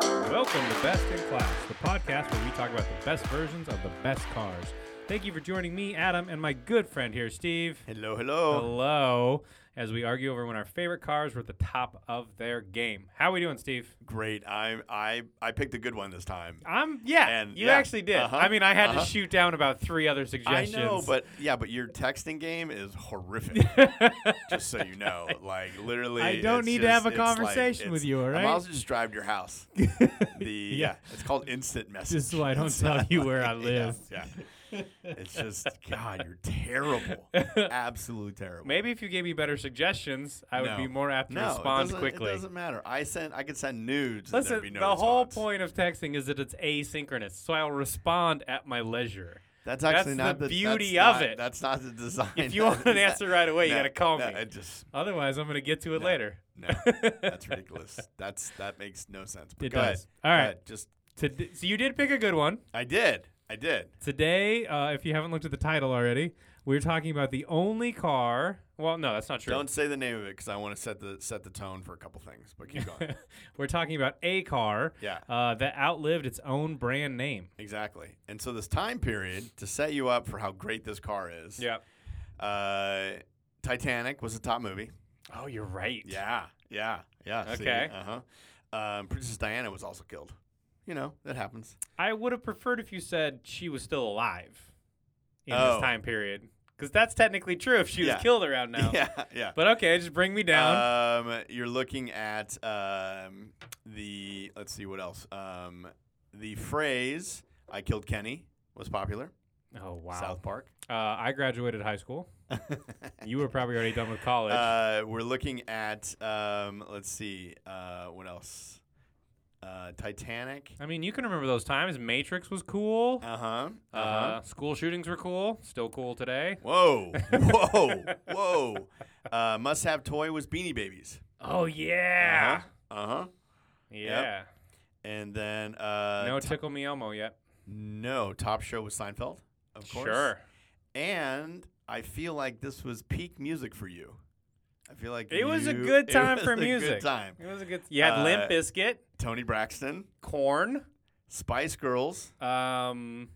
Welcome to Best in Class, the podcast where we talk about the best versions of the best cars. Thank you for joining me, Adam, and my good friend here, Steve. Hello, hello. Hello. As we argue over when our favorite cars were at the top of their game. How we doing, Steve? Great. I I I picked a good one this time. I'm yeah. And, you yeah. actually did. Uh-huh. I mean, I had Uh-huh. to shoot down about three other I suggestions. know, but yeah, but your texting game is horrific. just so you know, like literally, I don't it's need to just- have a it's like- conversation it's- with you, all I right? might as well just drive to your house. the yeah. it's called instant message. just so I don't It's tell not you where I like- live. Yeah, yeah. it's just God, you're terrible, absolutely terrible. Maybe if you gave me better suggestions, I would No. be more apt to no, it respond doesn't- quickly. It doesn't matter. I sent. I could send nudes. and Listen, there'd be no the whole response. point of texting is that it's asynchronous, so I'll respond at my leisure. That's That's actually not the that's beauty not- of it. That's not the design. If you want an answer right away, you No, gotta call no, me. It just Otherwise, I'm gonna get to it No. later. no, that's ridiculous. That's that makes no sense. But It go ahead. does. Go All right. ahead. Just Tod- so you did pick a good one I did. I did. today. Uh, if you haven't looked at the title already, we're talking about the only car. Well, no, that's not true. Don't say the name of it because I want to set the set the tone for a couple things. But keep going. we're talking about a car Yeah. uh, that outlived its own brand name. exactly. And so this time period to set you up for how great this car is. Yeah. Uh, Titanic was the top movie. Oh, you're right. Yeah. Yeah. Yeah. Okay. Uh huh. Um, Princess Diana was also killed. You know that happens. I would have preferred if you said she was still alive in Oh. this time period, because that's technically true if she Yeah. was killed around now. Yeah. Yeah. But okay, just bring me down. Um, you're looking at um, the let's see what else. Um, the phrase "I killed Kenny" was popular. oh wow. South Park. Uh, I graduated high school. You were probably already done with college. uh, we're looking at um, let's see uh, what else. Uh, Titanic. I mean, you can remember those times. Matrix was cool. Uh huh. Uh, school shootings were cool. Still cool today. Whoa. Whoa. Whoa. Uh, must have toy was Beanie Babies. Oh yeah. Uh huh. Yeah. And then uh, no t- tickle me Elmo yet. no top show was Seinfeld. Of course. Sure. and I feel like this was peak music for you. I feel like It was a you- good it time was for a music. Good time. It was a good. You had Uh, Limp Biscuit, Tony Braxton, Corn, Spice Girls, um,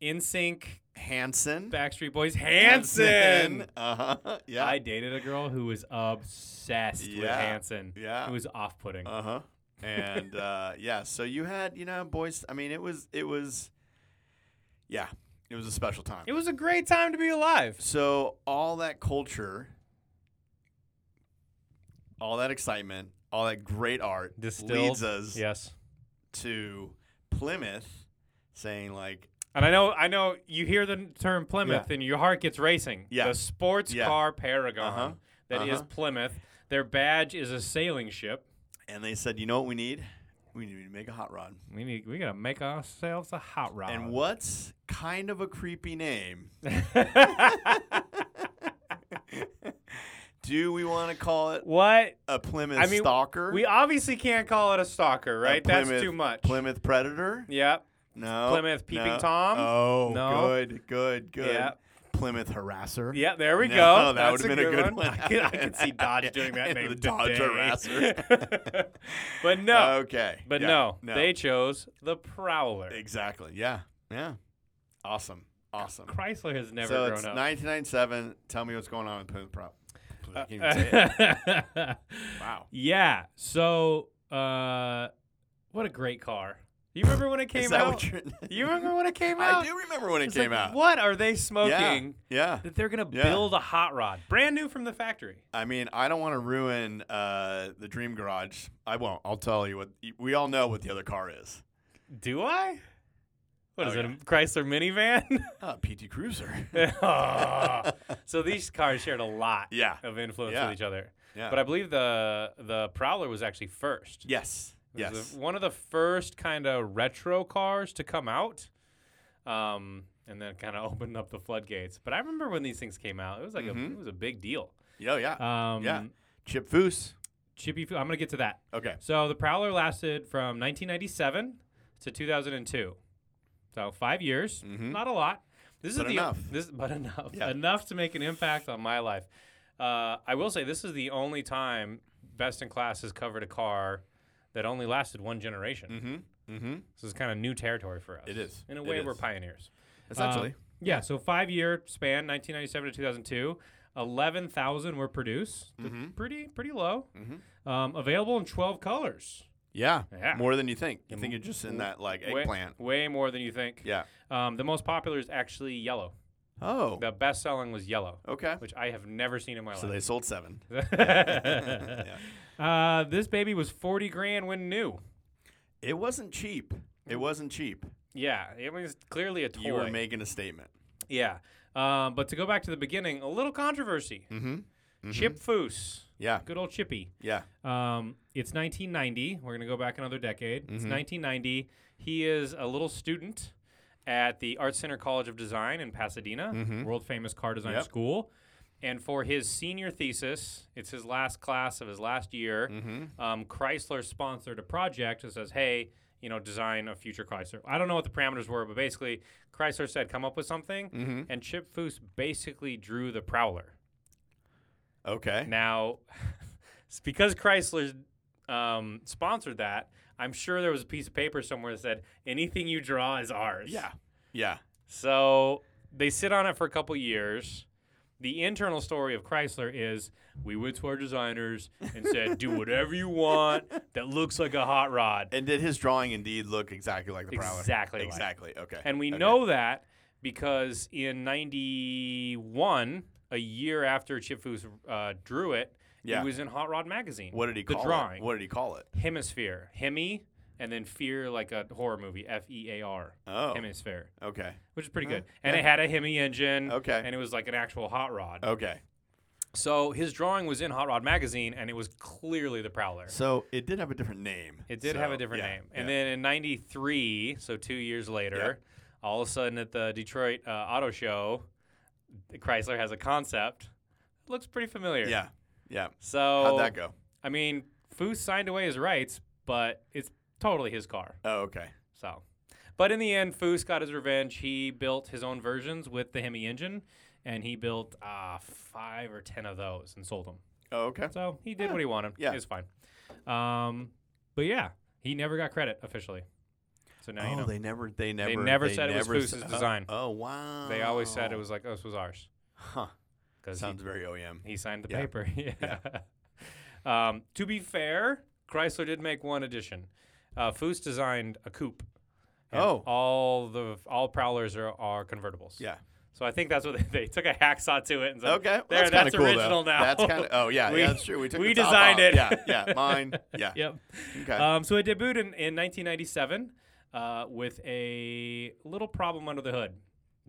In Sync, Hanson, Backstreet Boys, Hanson. Uh huh. Yeah. I dated a girl who was obsessed with Yeah. Hanson. Yeah. It was off-putting. uh huh. And uh, yeah, so you had you know boys. I mean, it was it was, yeah, it was a special time. it was a great time to be alive. So all that culture, all that excitement, all that great art leads us Yes. to Plymouth saying like And I know, I know. You hear the n- term Plymouth, and your heart gets racing. Yeah. The sports Yeah. car paragon Uh-huh. that is Uh-huh. Plymouth. Their badge is a sailing ship. and they said, "You know what we need? We need to make a hot rod." We need, we gotta make ourselves a hot rod. And what's kind of a creepy name? Do we want to call it what? a Plymouth I mean, stalker? We obviously can't call it a stalker, A right? That's Plymouth- too much. Plymouth predator? Yep. No. Plymouth peeping no. Tom? Oh, No. good, good, good. Yeah. Plymouth harasser. Yeah, there we No, go. that That's would've been a good one. I could, I could see Dodge doing that The name. Dodge today. harasser. but no, Okay. but Yeah, no, no. they chose the Prowler. exactly. Yeah. Yeah. Awesome. Awesome. Chrysler has never so grown it's up. 1997. Tell me what's going on with Plymouth Prop. I can't even say it. Uh, Wow. yeah. So, uh, what a great car. You remember when it came Is that out? what you're? you remember when it came out? I do remember when it It's came like, out. What are they smoking Yeah. Yeah. that they're gonna Yeah. build a hot rod, brand new from the factory? I mean, I don't want to ruin uh, the Dream Garage. I won't. I'll tell you what. We all know what the other car is. Do I? What Oh, is yeah. it? A Chrysler minivan? Uh, PT Cruiser. Oh. so these cars shared a lot yeah. of influence Yeah. with each other. Yeah. But I believe the the Prowler was actually first. yes. It Yes. was the- one of the first kind of retro cars to come out. Um, and then kind of opened up the floodgates. But I remember when these things came out, it was like a, Mhm. it was a big deal. Yo, yeah. Um, Chip Foose. Chippy, Foo- I'm gonna get to that. Okay. So the Prowler lasted from 1997 to 2002. So five years, Mhm. not a lot. This is But the enough. This, but enough, Yeah. enough to make an impact on my life. Uh, I will say this is the only time Best in Class has covered a car that only lasted one generation. Mm-hmm. Mm-hmm. So it's kind of new territory for us. It is. In a It way, we're is. pioneers. Um, Essentially. Yeah, so five year span, 1997 to 2002, 11,000 were produced. Th- Mhm. Pretty pretty low. Mhm. Um, available in 12 colors. yeah. Yeah. More than you think. You Yeah, mo- think you're just in that like Way- eggplant. Way, more than you think. Yeah. Um, the most popular is actually yellow. Oh. The best selling was yellow, Okay. which I have never seen in my So life. they sold seven. Yeah. uh, this baby was 40 grand when new. It wasn't cheap. It wasn't cheap. Yeah, it was clearly a toy. You were making a statement. yeah. Um, but to go back to the beginning, a little controversy. Mm-hmm. Chip Foose, Yeah. good old Chippy. Yeah. Um, it's 1990. We're going to go back another decade. It's 1990. He is a little student at the Art Center College of Design in Pasadena, world famous car design Yep. school. And for his senior thesis, it's his last class of his last year. Um, Chrysler sponsored a project that says, hey, you know, design a future Chrysler. I don't know what the parameters were, but basically, Chrysler said, come up with something. And Chip Foose basically drew the Prowler. Okay. Now, it's because Chrysler um, sponsored that, I'm sure there was a piece of paper somewhere that said anything you draw is ours. Yeah. Yeah. So they sit on it for a couple years. The internal story of Chrysler is we went to our designers and said, do whatever you want that looks like a hot rod. And did his drawing indeed look exactly like the Prowler? Exactly like. Exactly. Okay. And we Okay. know that because in 91, a year after Chip Foose uh, drew it, Yeah. it was in Hot Rod Magazine. What did he the call drawing. it? What did he call it? Hemisphere. Hemi, and then fear like a horror movie. F E A R. Oh. Hemisphere, Okay. which is pretty Huh, good. And it had a Hemi engine. Okay. And it was like an actual hot rod. Okay. So his drawing was in Hot Rod Magazine, and it was clearly the Prowler. So it did have a different name. It did So, have a different yeah, name. And yeah. then in 93, so two years later, all of a sudden at the Detroit uh, Auto Show, Chrysler has a concept. Looks pretty familiar. Yeah. Yeah. So, How'd that go? I mean, Foose signed away his rights, but it's totally his car. Oh, okay. So, but in the end, Foose got his revenge. He built his own versions with the Hemi engine, and he built uh, five or ten of those and sold them. Oh, okay. So he did what he wanted. Yeah. it was fine. Um, but yeah, he never got credit officially. So now oh, you know. they never, they never, never said it was never s- Foose's oh, design. Oh, wow. They always said it was like, oh, this was ours Huh. because Sounds very E OEM. he, he signed the Yeah. paper. yeah. um, to be fair, Chrysler did make one addition. Uh, Foose designed a coupe. and Oh. all the all prowlers are, are convertibles. Yeah. So I think that's what they, they took a hacksaw to it and said, Okay. Well, there, kinda that's cool, though. original now." That's kind of. Oh yeah, We- yeah, that's true. We took we the top designed off. it. Yeah, yeah, mine. uh, Yeah. Yep. Okay. Um, so it debuted in, in 1997 uh, with a little problem under the hood,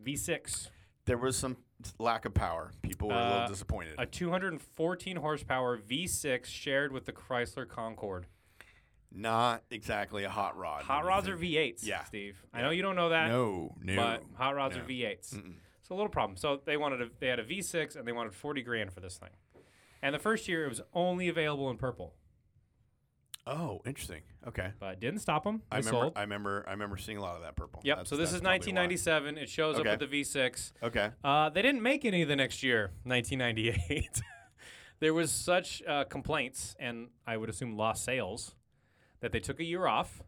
V6, there was some lack of power. People were a uh, little disappointed. a 214 horsepower V6 shared with the Chrysler Concorde. Not exactly a hot rod. Hot when you rods think- are V8s, Yeah. Steve. I know you don't know that, No, no. but hot rods no. are V8s. It's a little problem. So they wanted a, they had a V6 and they wanted 40 grand for this thing. And the first year it was only available in purple, oh, interesting. Okay. but it didn't stop them. I remember. sold. I remember. I remember seeing a lot of that purple. Yep. That's- so this that's is probably why. 1997. It shows Okay. up with the V6. Okay. Uh, they didn't make any the next year, 1998. there was such uh, complaints and I would assume lost sales that they took a year off,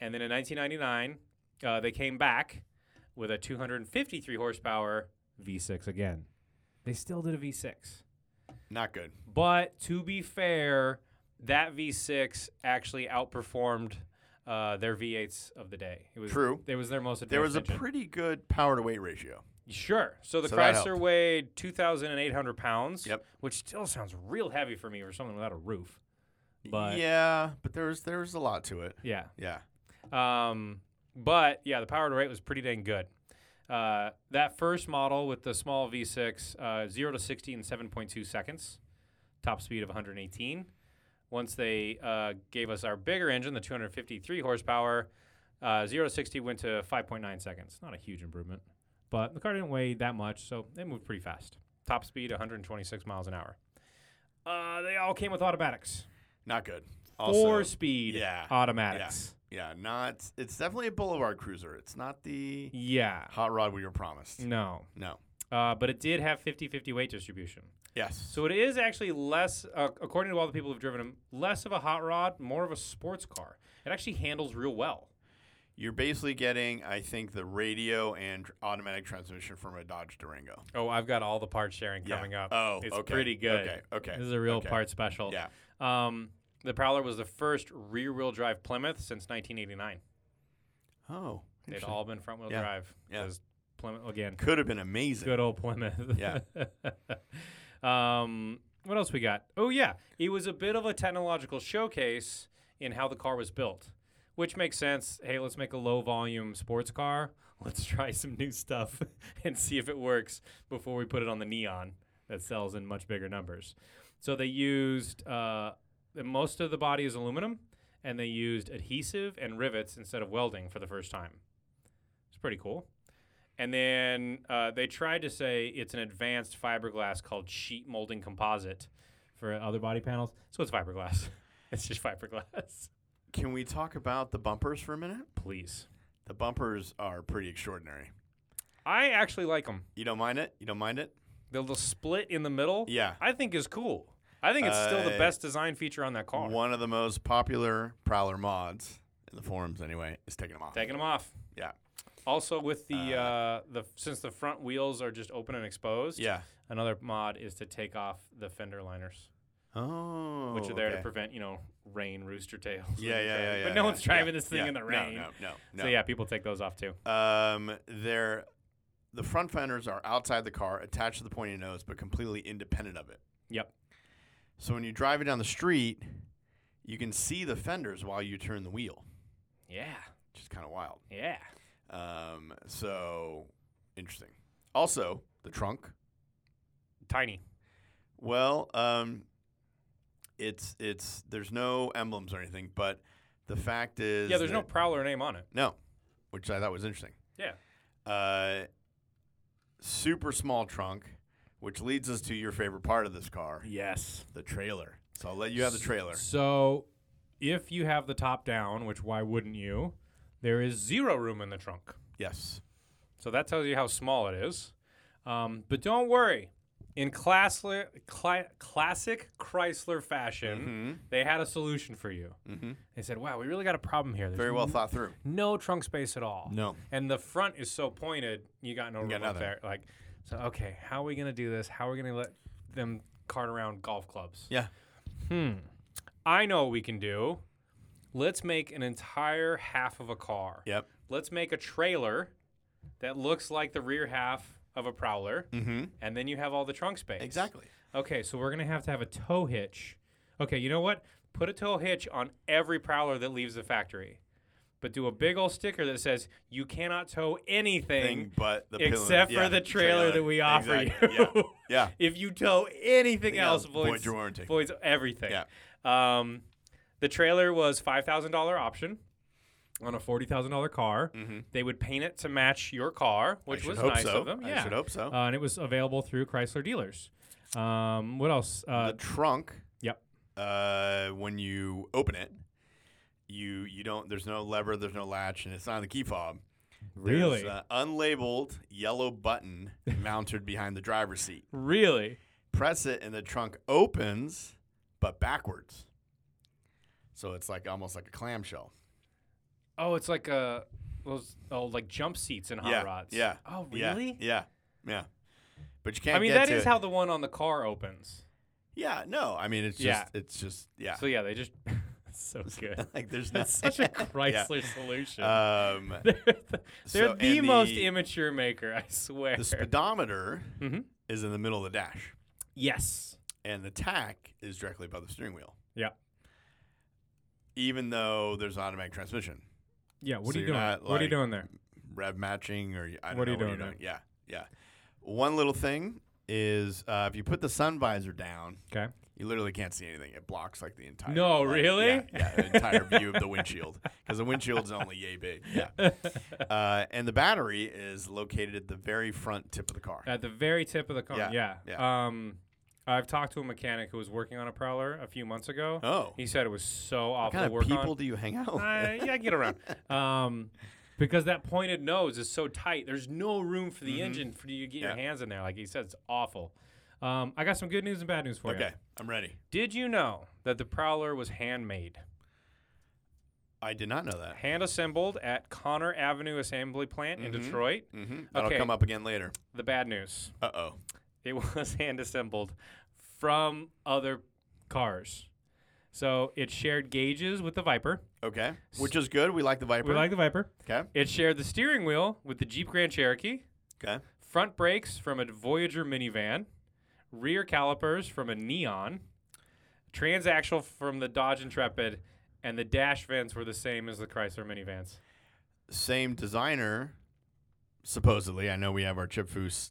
and then in 1999 uh, they came back with a 253 horsepower V6 again. They still did a V6, Not good. but to be fair, that V6 actually outperformed uh, their V8s of the day. It was True. It was their most advanced. There was a engine. pretty good power to weight ratio. Sure. So the So that Chrysler helped. weighed 2,800 pounds, Yep. which still sounds real heavy for me or something without a roof. But- yeah, but there was there was a lot to it. Yeah. Yeah. Um, but yeah, the power to rate was pretty dang good. Uh, that first model with the small V6, uh, 0 to 60 in 7.2 seconds, top speed of 118. Once they uh, gave us our bigger engine, the 253 horsepower, uh, 0 to 60 went to 5.9 seconds. Not a huge improvement, but the car didn't weigh that much, so it moved pretty fast. Top speed 126 miles an hour. Uh, they all came with automatics, Not good. four Also, speed yeah, automatics. yeah, not. It's definitely a boulevard cruiser. It's not the yeah. hot rod we were promised. No. No. Uh, but it did have 50 50 weight distribution. Yes. So it is actually less, uh, according to all the people who've driven them, less of a hot rod, more of a sports car. It actually handles real well. You're basically getting, I think, the radio and tr- automatic transmission from a Dodge Durango. Oh, I've got all the part sharing coming yeah. up. Oh, it's okay. pretty good. Okay, okay. This is a real okay. part special. Yeah. Um, the Prowler was the first rear-wheel drive Plymouth since 1989. Oh, They'd interesting. all been front-wheel Yeah. drive. Yeah. 'cause Plymouth again. could have been amazing. Good old Plymouth. Yeah. um, what else we got? Oh yeah, it was a bit of a technological showcase in how the car was built, which makes sense. Hey, let's make a low volume sports car. Let's try some new stuff and see if it works before we put it on the neon that sells in much bigger numbers. So they used uh, the- most of the body is aluminum, and they used adhesive and rivets instead of welding for the first time. It's pretty cool. And then uh, they tried to say it's an advanced fiberglass called sheet molding composite for other body panels. So it's fiberglass. it's just fiberglass. Can we talk about the bumpers for a minute? Please. The bumpers are pretty extraordinary. I actually like them. You don't mind it? You don't mind it? The little split in the middle, Yeah. I think is cool. I think it's still the Uh, best design feature on that car. One of the most popular Prowler mods in the forums, anyway, is taking them off. Taking them off. Yeah. Also, with the Uh, uh, the since the front wheels are just open and exposed, Yeah. another mod is to take off the fender liners. Oh. which are there to okay. prevent you know rain rooster tails. when Yeah, you're yeah, driving. yeah, yeah. But no yeah, one's driving yeah, this thing yeah. in the rain. No, no, no. no. So yeah, people take those off too. Um, they're the front fenders are outside the car, attached to the pointy nose, but completely independent of it. Yep. So when you drive it down the street, you can see the fenders while you turn the wheel, Yeah, which is kind of wild. yeah. Um, so interesting. Also, the trunk. Tiny. Well, um, it's it's there's no emblems or anything, but the fact is, yeah, there's no that- prowler name on it. no, which I thought was interesting. Yeah. Uh, super small trunk, which leads us to your favorite part of this car, Yes. the trailer. So I'll let you have the trailer. So, if you have the top down, which why wouldn't you? There is zero room in the trunk. Yes. So that tells you how small it is. Um, but don't worry. In classler, cla- classic Chrysler fashion, Mm-hmm. they had a solution for you. Mhm. They said, wow, we really got a problem here. There's Very well thought through. no trunk space at all. No. And the front is so pointed, you got no room got up nothing. there. Like, so okay, how are we gonna do this? How are we gonna let them cart around golf clubs? Yeah. Hmm. I know what we can do. Let's make an entire half of a car. Yep. Let's make a trailer that looks like the rear half of a prowler, Mm-hmm. and then you have all the trunk space. Exactly. Okay, so we're gonna have to have a tow hitch. Okay, you know what? Put a tow hitch on every prowler that leaves the factory, but do a big old sticker that says you cannot tow anything Thing, but the pillar- except yeah, for the trailer, that we offer Exactly. you. Yeah. yeah. if you tow anything Yeah, else, void voids, your warranty. voids everything. Yeah. Um, the trailer was five thousand dollar option on a forty thousand dollar car. They would paint it to match your car, which Mm-hmm. I should was hope nice so. of them. I yeah. should hope so. Uh, and it was available through Chrysler dealers. Um, what else? Uh, the trunk. Yep. Uh, when you open it, you you don't. There's no lever. There's no latch, and it's not on the key fob. Really? There's an unlabeled yellow button mounted behind the driver's seat. really? Press it, and the trunk opens, but backwards. So it's like almost like a clamshell. Oh, it's like uh those oh like jump seats and hot yeah. rods. Yeah. Oh, yeah, really? Yeah. Yeah. But you can't. I mean, get that to is it. how the one on the car opens. Yeah. No. I mean, it's just. Yeah. It's just. Yeah. So yeah, they just so good. like there's That's no- such a Chrysler solution. Um, they're the, they're so- the and most the- immature maker, I swear. the speedometer Mhm. is in the middle of the dash, Yes. and the tack is directly above the steering wheel. Yeah. Even though there's automatic transmission, Yeah. What So are you you're doing? not, what are you like- doing there? rev matching, or I don't What are know you doing there? Yeah, yeah. One little thing is uh, if you put the sun visor down, Okay. you literally can't see anything. It blocks like the entire. No, like, really? Yeah, yeah, the entire view of the windshield because the windshield's only yay big. Yeah. Uh, and the battery is located at the very front tip of the car. At the very tip of the car. Yeah, Yeah. Um, I've talked to a mechanic who was working on a Prowler a few months ago. Oh, He said it was so awful what kind to of work people on. do you hang out with? I, yeah, I get around. Um, because that pointed nose is so tight. There's no room for the engine for you to get Mm-hmm. Yeah. your hands in there. Like he said, it's awful. Um, I got some good news and bad news for you. Okay, I'm ready. Did you know that the Prowler was handmade, I did not know that. hand assembled at Connor Avenue Assembly Plant Mhm. in Detroit? hmm That'll Mm-hmm. Okay. come up again later. The bad news: Uh oh. it was hand assembled from other cars, so it shared gauges with the Viper. Okay, which is good. We like the Viper. We like the Viper. okay. It shared the steering wheel with the Jeep Grand Cherokee, Okay. front brakes from a Voyager minivan, rear calipers from a Neon, transaxle from the Dodge Intrepid, and the dash vents were the same as the Chrysler minivans. Same designer, supposedly. I know we have our Chip Foose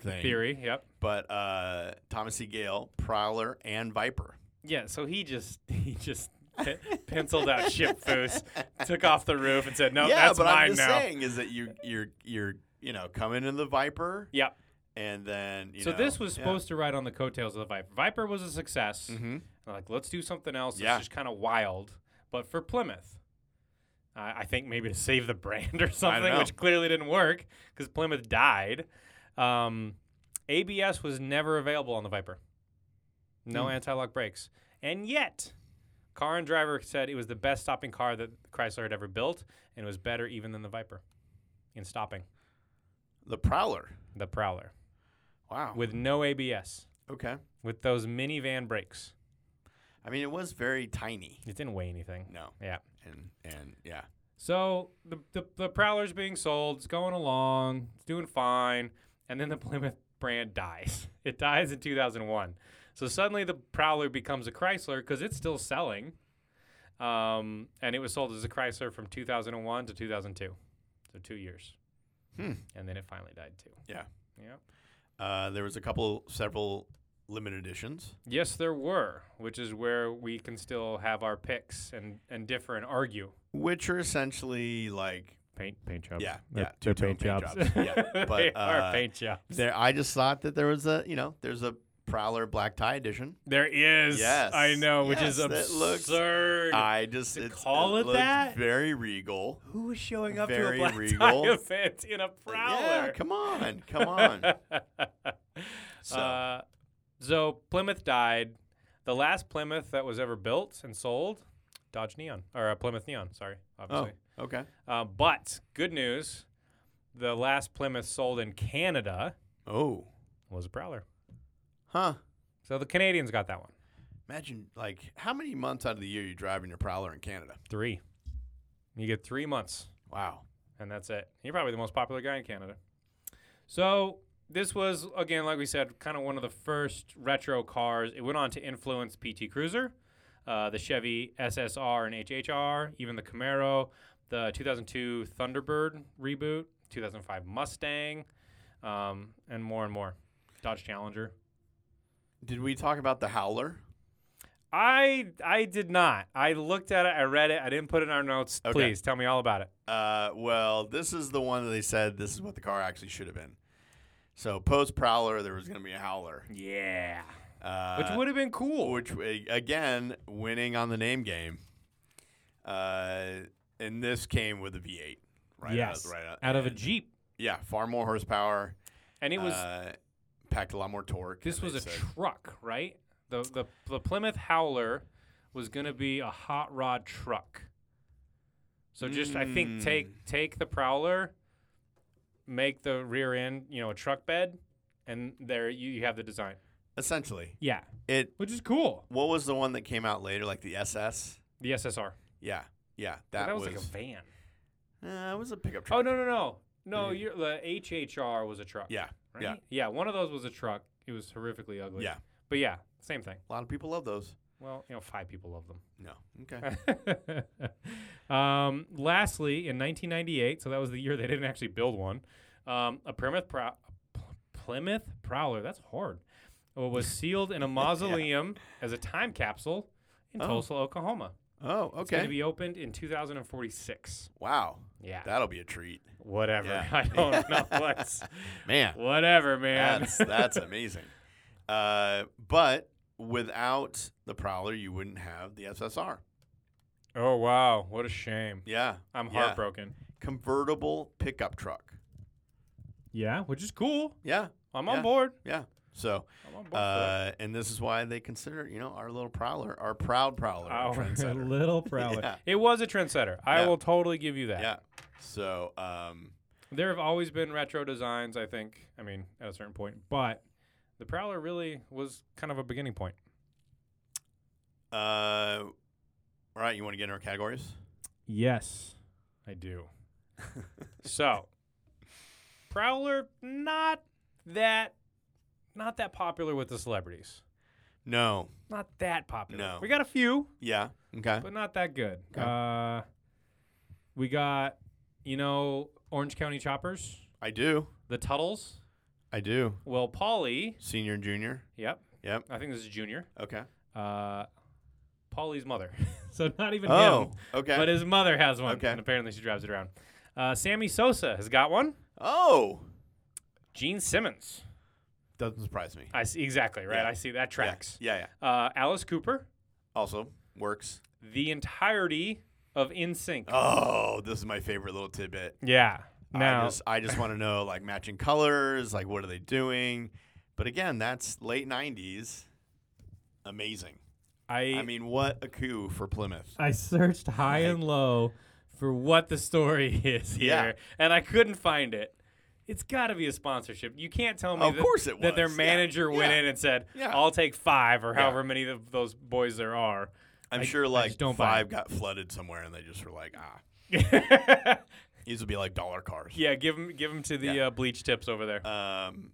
thing. Theory, yep. But uh, Thomas E. Gale, Prowler, and Viper. Yeah, so he just he just pe- penciled out ship foos, took off the roof, and said, "No, yeah, that's but mine I'm just now." saying is that you you're you're you know coming in the Viper Yep. and then you So know, this was yeah. supposed to ride on the coattails of the Viper. Viper was a success. Mhm. They're like, let's do something else. Yeah. It's just kind of wild. But for Plymouth, I I think maybe to save the brand or something, know. which clearly didn't work because Plymouth died. Um, ABS was never available on the Viper. No anti-lock brakes, and yet, car and driver said it was the best stopping car that Chrysler had ever built, and it was better even than the Viper in stopping. the Prowler. The Prowler Wow. with no ABS, okay. with those minivan brakes, I mean, it was very tiny. it didn't weigh anything. No. Yeah. And and yeah. So the, the the Prowler's being sold. It's going along. It's doing fine. And then the Plymouth brand dies. It dies in 2001. So suddenly the Prowler becomes a Chrysler because it's still selling. Um, and it was sold as a Chrysler from 2001 to 2002. So two years. Hmm. And then it finally died too. Yeah. Yeah. Uh, there was a couple, several limited editions. Yes, there were, which is where we can still have our picks and, and differ and argue. which are essentially like Paint paint jobs. yeah They're- yeah they're two-tone yeah but they uh, are paint jobs. there I just thought that there was a you know there's a Prowler black tie edition. There is. Yes. I know, which is Yes, that looks- absurd. I just To it's, call it looks that? very regal. Who is showing up to a Very black regal. tie event in a Yeah, prowler? come on, come on. so uh, so Plymouth died. The last Plymouth that was ever built and sold, Dodge Neon or uh, Plymouth Neon. Sorry, oh obviously. okay Uh, but good news, the last Plymouth sold in Canada oh was a prowler. huh So the Canadians got that one. imagine like how many months out of the year you driving your Prowler in Canada? Three. You get three months. Wow. and that's it. You're probably the most popular guy in Canada. So this was again, like we said, kind of one of the first retro cars. It went on to influence PT Cruiser, uh, the Chevy SSR and HHR, even the Camaro, the 2002 Thunderbird reboot, 2005 Mustang, um, and more and more. Dodge Challenger. Did we talk about the Howler? I I did not. I looked at it. I read it. I didn't put it in our notes. Okay. Please tell me all about it. Uh, well, this is the one that they said this is what the car actually should have been. So post Prowler, there was going to be a Howler, Yeah, uh, which would have been cool. which uh, again winning on the name game. Uh, and this came with a V8, right? yes, out, right out, out of a Jeep. yeah, far more horsepower. And it was uh, packed a lot more torque. this they was a said. truck, right? The the the Plymouth Howler was going to be a hot rod truck. So just I Hmm. think take take the Prowler, make the rear end, you know, a truck bed and there you, you have the design. essentially Yeah, it. which is cool. What was the one that came out later, like the SS? The SSR. Yeah, yeah, But that, that was, was, like a van. uh, it was a pickup Oh truck. no, no, no. No, Yeah. you're, the HHR was a truck. Hmm. yeah, Right? yeah. Yeah, one of those was a truck. It was horrifically ugly. Yeah. But yeah, same thing. A lot of people love those. Well, you know, five people love them. No. Okay. um, lastly, in 1998, so that was the year they didn't actually build one, um, a Plymouth, Prow- Plymouth Prowler, that's hard, uh, was sealed in a mausoleum as a time capsule in Oh. Tulsa, Oklahoma. Oh, It's going okay. to be opened in 2046. wow. Yeah. That'll be a treat. Whatever. Yeah. I don't know what's. Man, Whatever, man. that's that's amazing. Uh, but without the Prowler, you wouldn't have the SSR. oh, wow. What a shame. Yeah. I'm yeah. heartbroken. Convertible pickup truck. Yeah, which is cool. Yeah. I'm Yeah. on board. Yeah. So, I'm on board for that. uh, and this is why they consider, you know, our little prowler, our proud prowler, a Our trendsetter. little prowler. Yeah, It was a trendsetter. I Yeah. will totally give you that. yeah. So, um, There have always been retro designs, I think. I mean, at a certain point, but the Prowler really was kind of a beginning point. uh, all right, you want to get in our categories? Yes. I do. so, Prowler not that not that popular with the celebrities. No. Not that popular. No. We got a few, Yeah. Okay. but not that good. Okay. Uh, we got, you know, Orange County Choppers, I do. the Tuttles. I do. Well, Polly. Senior and junior. Yep. Yep. I think this is Junior. Okay. Uh, Polly's mother. so not even him. Oh. Okay. But his mother has one, Okay. and apparently she drives it around. Uh, Sammy Sosa has got one. oh. Gene Simmons. Doesn't surprise me. I see exactly right. Yeah. I see that Yeah. tracks. Yeah. Yeah. Uh, Alice Cooper, Also works. the entirety of In Sync. Oh, this is my favorite little tidbit. Yeah. Now, I just, I just want to know like matching colors, like what are they doing? But again, that's late '90s. Amazing. I, I mean, what a coup for Plymouth. I searched high Like- and low. for what the story is here, Yeah. and I couldn't find it. It's got to be a sponsorship. You can't tell me Of that, course it that their was. Yeah. manager went Yeah. in and said, Yeah. "I'll take five or Yeah. however many of those boys there are." I'm I- I sure like just don't buy five got flooded somewhere, and they just were like, ah, yeah, these would be like dollar cars. give them give them to the Yeah. uh, bleach tips over there. Um,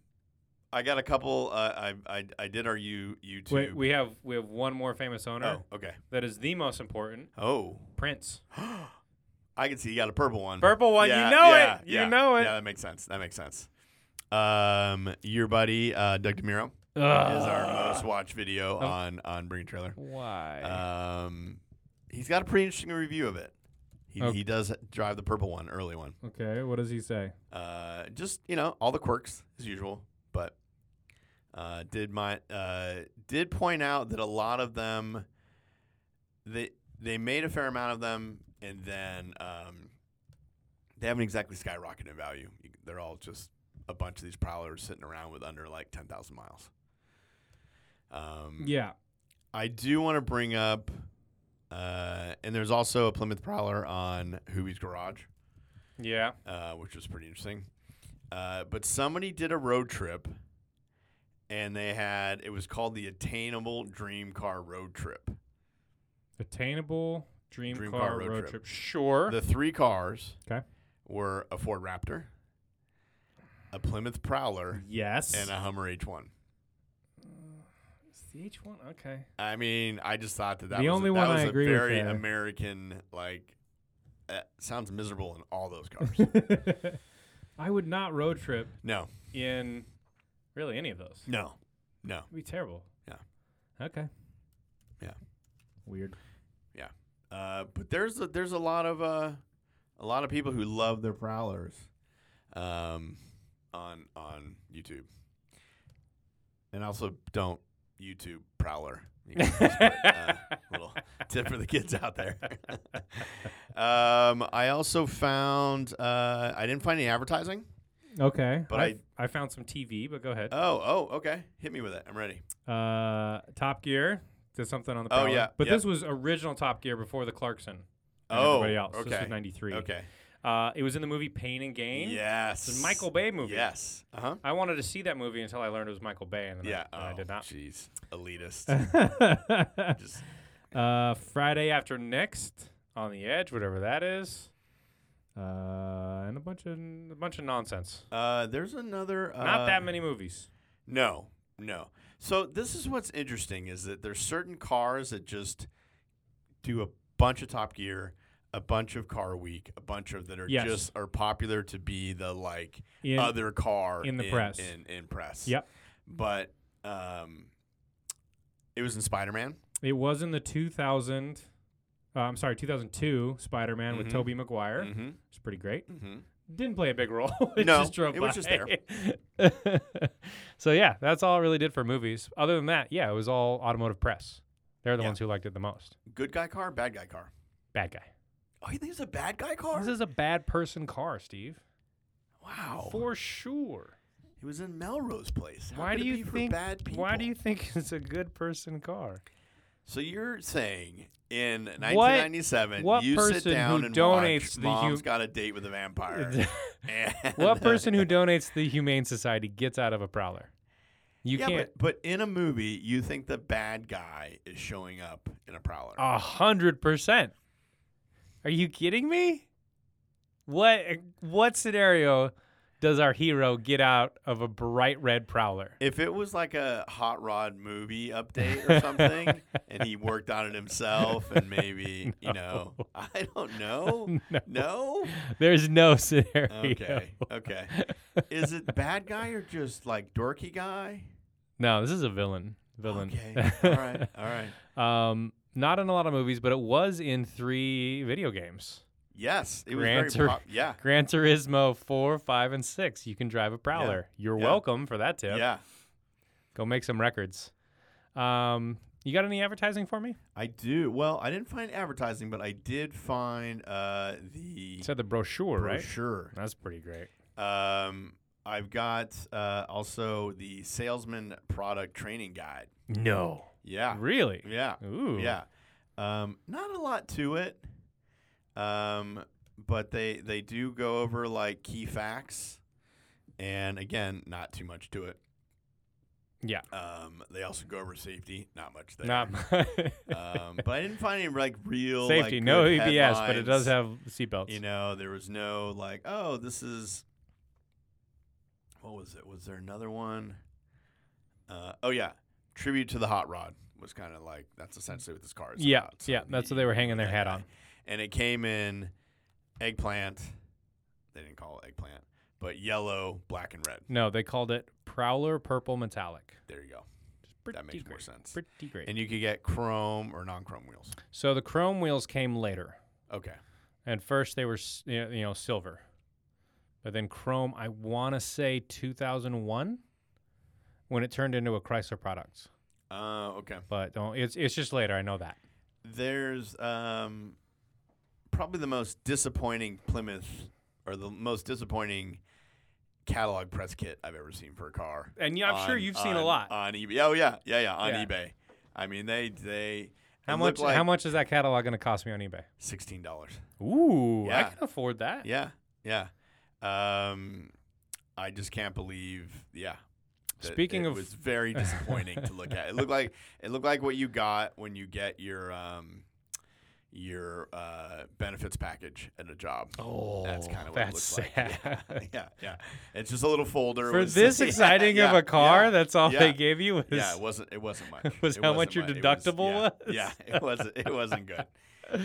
I got a couple. Uh, I, I I did our you YouTube. Wait, we have we have one more famous owner oh, okay. that is the most important, Oh, Prince. I can see you got a purple one. Purple one, Yeah, you know yeah, it, you yeah, know it. Yeah, that makes sense. That makes sense. Um, your buddy uh, Doug Demiro. is our Uh, most watched video oh. on on Bring a Trailer. Why? Um, he's got a pretty interesting review of it. He, Oh. he does drive the purple one, early one. okay, what does he say? Uh, just you know, all the quirks as usual, but uh, did my uh, did point out that a lot of them they they made a fair amount of them, and then um, they haven't exactly skyrocketed in value. You- They're all just a bunch of these prowlers sitting around with under like ten thousand miles. Um, Yeah. I do want to bring up, uh, and there's also a Plymouth Prowler on Hoovy's Garage, Yeah. uh, which was pretty interesting. Uh, but somebody did a road trip, and they had it was called the Attainable Dream Car Road Trip. Attainable dream, car, road, trip. Sure. The three cars 'Kay. were a Ford Raptor, a Plymouth Prowler, Yes. and uh, a Hummer H1. Is the H one okay. I mean, I just thought that that The was only a, that one was I a agree with very there. American like. Uh, sounds miserable in all those cars. I would not road trip no, in really any of those. No, no. It'd be terrible. okay. Yeah. Weird. Uh, but there's a, there's a lot of uh, a lot of people who love their prowlers, um, on on YouTube, and also don't YouTube prowler. You can just put, uh, little tip for the kids out there. um, I also found uh, I didn't find any advertising. Okay. But I I found some TV, but go ahead. Oh, oh, okay. Hit me with it. I'm ready. Uh, Top Gear did something on the. Oh, Prowler. yeah, But yeah. this was original Top Gear before the Clarkson. And Oh, everybody else. This okay, was '93. Okay. Uh, it was in the movie Pain and Gain. Yes. It's a Michael Bay movie. Yes. Uh huh. I wanted to see that movie until I learned it was Michael Bay, and then Yeah. I, and I Oh, did not. Jeez. Elitist. Just Uh, Friday after next on the Edge, whatever that is, uh, and a bunch of a bunch of nonsense. Uh, there's another. Uh, Not that many movies. No, no. So this is what's interesting is that there's certain cars that just do a bunch of Top Gear, a bunch of Car Week, a bunch of that are Yes. just are popular to be Uh, the like In, other car in the press. in, in press. Yep. But um, it was in Spider Man. it was in the 2000. Uh, I'm sorry, 2002 Spider-Man with Mhm. Tobey Maguire. Mm-hmm. It's pretty great. Mm-hmm. Didn't play a big role. it No, just drove it was by. just there. so yeah, that's all it really did for movies. Other than that, yeah, it was all automotive press. They're the Yeah. ones who liked it the most. Good guy car, bad guy car. Bad guy. Oh, you think it's a bad guy car? This is a bad person car, Steve. wow. For sure. He was in Melrose Place. How why could do it you be for think? bad people? Why do you think it's a good person car? So you're saying in What- 1997, what you sit person down who and donates watch the Mom's hu- Got a Date with a Vampire. and- what person who donates the Humane Society gets out of a prowler? You yeah, can't. But, but in a movie, you think the bad guy is showing up in a prowler. Oh. A hundred percent. Are you kidding me? What what scenario does our hero get out of a bright red prowler? if it was like a hot rod movie update or something, and he worked on it himself, and maybe you know, I don't know. No, No. there's no scenario. Okay. Okay. Is it bad guy or just like dorky guy? No, this is a villain. Villain. Okay. All right. All right. Um, not in a lot of movies, but it was in three video games: Yes, it was Gran Tur- very pop- yeah. Gran Turismo four, five, and six. You can drive a prowler. You're Yeah. welcome for that tip. Yeah. Go make some records. Um, you got any advertising for me? I do. Well, I didn't find advertising, but I did find uh the You said the brochure, right? brochure. That's pretty great. Um I've got uh, also the salesman product training guide. No. Yeah. Really? Yeah. Ooh. Yeah. Um, not a lot to it. Um, but they they do go over like key facts, and again, not too much to it. Yeah. Um, they also go over safety. Not much there. Not um, but I didn't find any like real safety. like, no good EBS, but it does headlines. have seatbelts. You know, there was no like, oh, this is. What was it? Was there another one? Uh, oh yeah, tribute to the hot rod was kind of like that's essentially what this car is. yeah. about. So Yeah. you- That's what they were hanging their that hat guy. on. And it came in eggplant. They didn't call it eggplant, but yellow, black, and red. No, they called it Prowler Purple Metallic. There you go. Pretty That makes great. more sense. Pretty great. And you could get chrome or non-chrome wheels. so the chrome wheels came later. Okay. At first, they were s- y- you know silver, but then chrome. I want to say 2001 when it turned into a Chrysler product, Uh, okay. but don't. It's it's just later. I know that. there's um, probably the most disappointing Plymouth or the most disappointing catalog press kit I've ever seen for a car. And yeah, I'm sure on- you've seen a on- lot. on eBay. Oh yeah, yeah, yeah, on Yeah. eBay. I mean, they they how it much? looked like how much is that catalog going to cost me on eBay? Sixteen dollars. Ooh, I Yeah. can afford that. Yeah, yeah. Um, I just can't believe. Yeah. that Speaking it of- was very disappointing to look at. It looked like it looked like what you got when you get your um, your uh, benefits package at a job. Oh, That's kind of what that's it looks sad. like. Yeah, yeah. It's just a little folder For with- this yeah, exciting of yeah, a car, yeah. that's all yeah. they gave you was yeah, it wasn't. It wasn't much. was It how wasn't much your much. It deductible yeah, was. Yeah, it wasn't. It wasn't good. It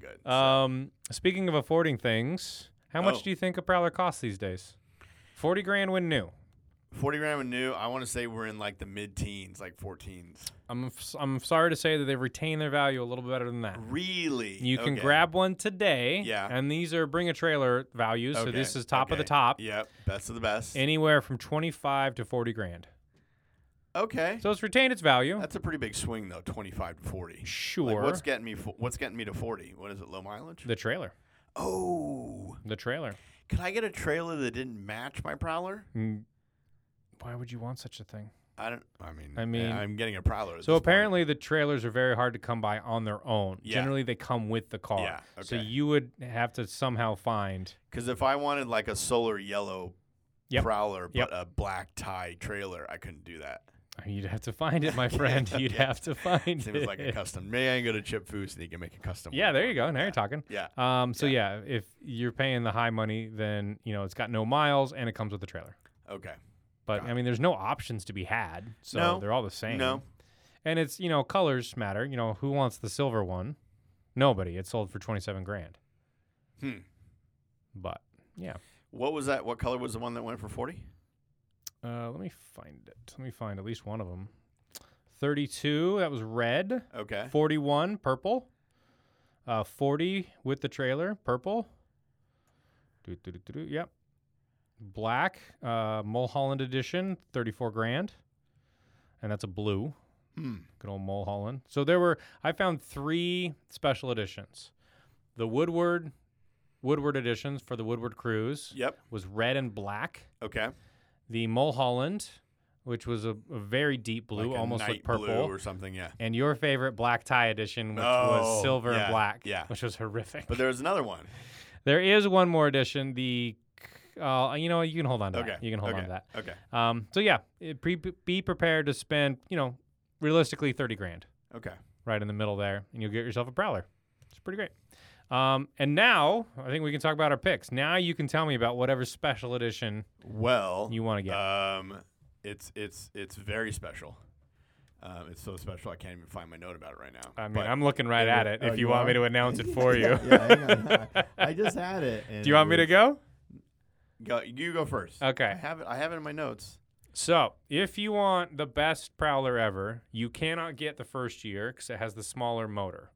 good. So, Um, speaking of affording things, how Oh. much do you think a prowler costs these days? Forty grand when new. Forty grand and new. I want to say we're in like the mid-teens, like 14s. I'm f- I'm sorry to say that they've retained their value a little bit better than that. Really? You can Okay. grab one today. Yeah. And these are bring a trailer values, so Okay, this is top of the okay. top. Yep. Best of the best. Anywhere from twenty five to forty grand. okay. So it's retained its value. That's a pretty big swing though, 25 to 40. sure. Like, what's getting me? Fo- what's getting me to 40? What is it? Low mileage? the trailer. oh. The trailer. Could I get a trailer that didn't match my Prowler? Mm. Why would you want such a thing? I don't. I mean, I mean- I'm getting a Prowler. at So this point. apparently the trailers are very hard to come by on their own. Yeah. Generally they come with the car. Yeah, So okay. you would have to somehow find Because if I wanted like a solar yellow Yep. prowler but Yep. a black tie trailer, I couldn't do that. you'd have to find it, my friend. You'd Yeah. have to find Seems it. like a custom. Maybe I can go to Chip Foose and he can make a custom. Yeah, one. there you go. Now you're talking. Yeah. Um, so yeah. if you're paying the high money, then you know it's got no miles and it comes with a trailer. Okay. But Got I mean, there's no options to be had, so No. they're all the same. No. and it's you know colors matter. You know who wants the silver one? Nobody. It sold for twenty seven grand. Hmm. But yeah, What was that? What color was the one that went for 40? uh, let me find it. Let me find at least one of them. Thirty two. That was red. Okay. 41 purple uh 40 with the trailer purple Doo, doo, doo, doo, doo, yep black uh mulholland edition 34 grand and that's a blue Hmm. good old mulholland so there were i found three special editions the woodward woodward editions for the woodward cruise Yep. was red and black Okay. the Mulholland, which was a, a very deep blue, Like a almost like night purple, blue or something. Yeah. and your favorite black tie edition, which Oh, was silver yeah, and black, yeah. which was horrific. But there was another one. there is one more edition. The uh, you know you can hold on to Okay. that. You can hold okay. on to that. Okay. Um, so yeah, it pre- be prepared to spend you know realistically thirty grand Okay. right in the middle there, and you'll get yourself a prowler. It's pretty great. Um, and now I think we can talk about our picks. Now you can tell me about whatever special edition Well, you want to get. um, it's it's it's very special. Um, it's so special I can't even find my note about it right now. I mean, But- I'm looking right Yeah, at it. oh, If you you want me are? to announce it for you, yeah, hang on. I, I just had it. and do you want me it to go? go, you go first. I Okay. have it. I have it in my notes. So, if you want the best Prowler ever, you cannot get the first year because it has the smaller motor.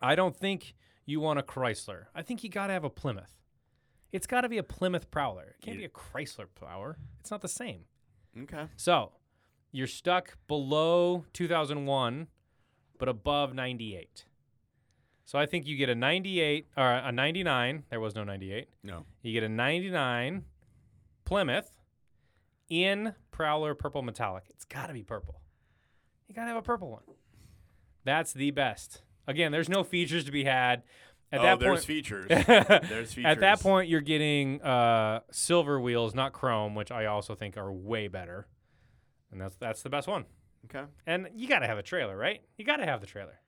I don't think you want a Chrysler. I think you got to have a Plymouth. It's got to be a Plymouth Prowler. It can't You- be a Chrysler Prowler. It's not the same. Okay. So, you're stuck below 2001, but above 98. So, I think you get a 98 or a 99. There was no 98. No. You get a 99 Plymouth in Prowler Purple Metallic. It's got to be purple. You got to have a purple one. That's the best. Again, there's no features to be had. At oh, that there's point, features. there's features. at that point, you're getting uh, silver wheels, not chrome, which I also think are way better. And that's that's the best one. Okay. And you got to have a trailer, right? You got to have the trailer.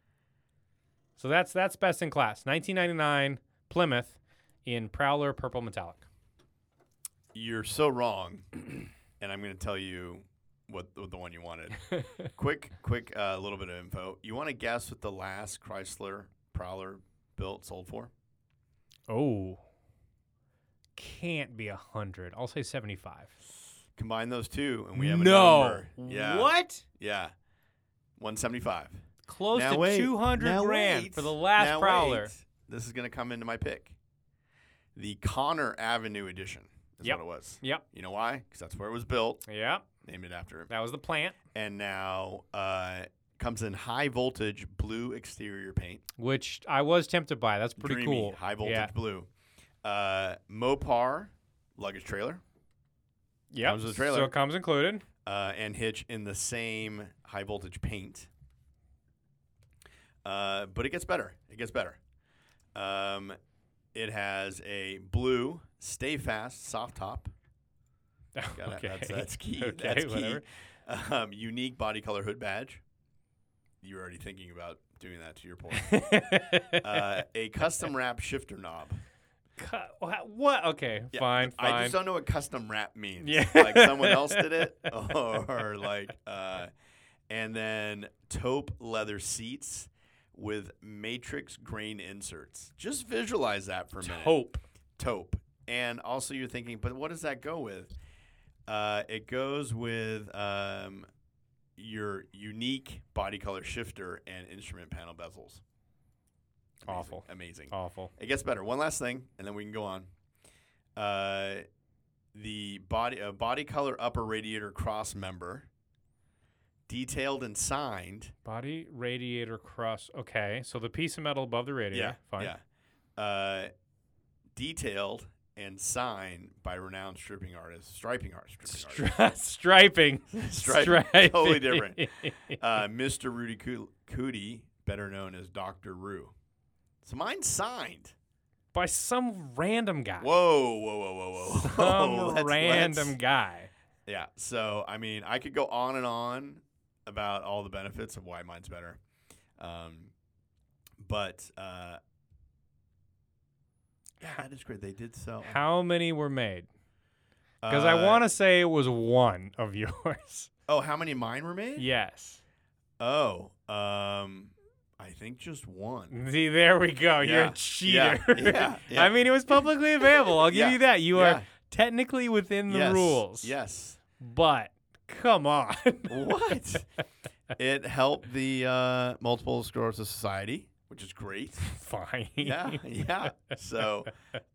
So that's that's best in class. 1999 Plymouth in Prowler Purple Metallic. You're so wrong, and I'm going to tell you what, what the one you wanted. quick, quick, uh, little bit of info. You want to guess what the last Chrysler Prowler built sold for? Oh. Can't be a hundred. I'll say seventy-five. Combine those two, and we have a number. Yeah. What? Yeah. 175. Close Now to wait. two hundred Now grand wait. for the last Now prowler. wait. This is going to come into my pick. The Connor Avenue Edition is Yep. what it was. Yep. You know why? Because that's where it was built. Yep. Named it after it. That was the plant, And now uh, comes in high voltage blue exterior paint. which I was tempted by. That's pretty Dreamy, cool. High voltage Yeah. blue. Uh, Mopar luggage trailer Yep. Comes with a trailer. So it comes included. uh, and hitch in the same high voltage paint. Uh, but it gets better. It gets better. Um, it has a blue stay fast soft top. okay. Got it. That's, that's key. Okay, that's key. whatever. Um, unique body color hood badge. You're already thinking about doing that to your point. uh, a custom wrap shifter knob. Cut- wha- what? Okay. Yeah, Fine. Fine. I just don't know what custom wrap means. Yeah. like someone else did it, or like, uh, and then taupe leather seats with matrix grain inserts. Just visualize that for a minute. Hope. Taupe. And also, you're thinking, but what does that go with? Uh, it goes with um, your unique body color shifter and instrument panel bezels. Amazing. Awful. Amazing. Awful. It gets better. One last thing, and then we can go on. Uh, the body uh, body color upper radiator cross member, detailed and signed. Body radiator cross. Okay. So the piece of metal above the radiator. Fine. Yeah. Uh, detailed and signed by renowned stripping artist, striping artist, stripping artist, Stri- striping. Striping. Totally different. Striping. uh, Mr. Rudy Coo- Cootie, better known as Doctor Roo. So mine's signed. By some random guy. Whoa, whoa, whoa, whoa, whoa! Ah. Some Let's- let's- random guy. Yeah. So I mean, I could go on and on about all the benefits of why mine's better, um, but uh, yeah, that is great. They did sell uh, How many were made? Because I want to say it was one of yours. Oh, how many of mine were made? yes. Oh, um, I think just one. See, there we go. You're Yeah, a cheater. yeah, yeah, yeah. I mean, it was publicly available. I'll give Yeah, you that. You yeah. are technically within the yes. rules. Yes. But come on. What? it helped the uh, Multiple Sclerosis Society, which is great. Fine. yeah, yeah. So,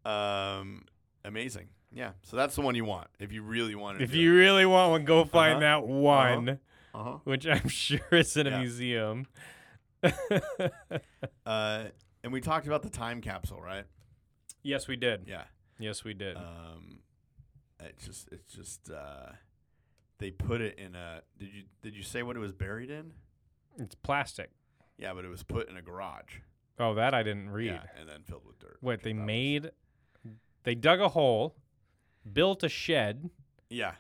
um, amazing. Yeah. So that's the one you want if you really want to. If you really want one, go find Uh-huh. that one, uh which I'm sure is in a Yeah. museum. uh, and we talked about the time capsule, right? Yes, we did. Yeah. Uh, Yes, we did. Um, It's just it's just uh, they put it in a. Did you did you say what it was buried in? It's plastic. Yeah, but it was put in a garage. Oh, that I didn't read. Yeah, and then filled with dirt. Wait, which I they thought was- made, they dug a hole, built a shed, Yeah,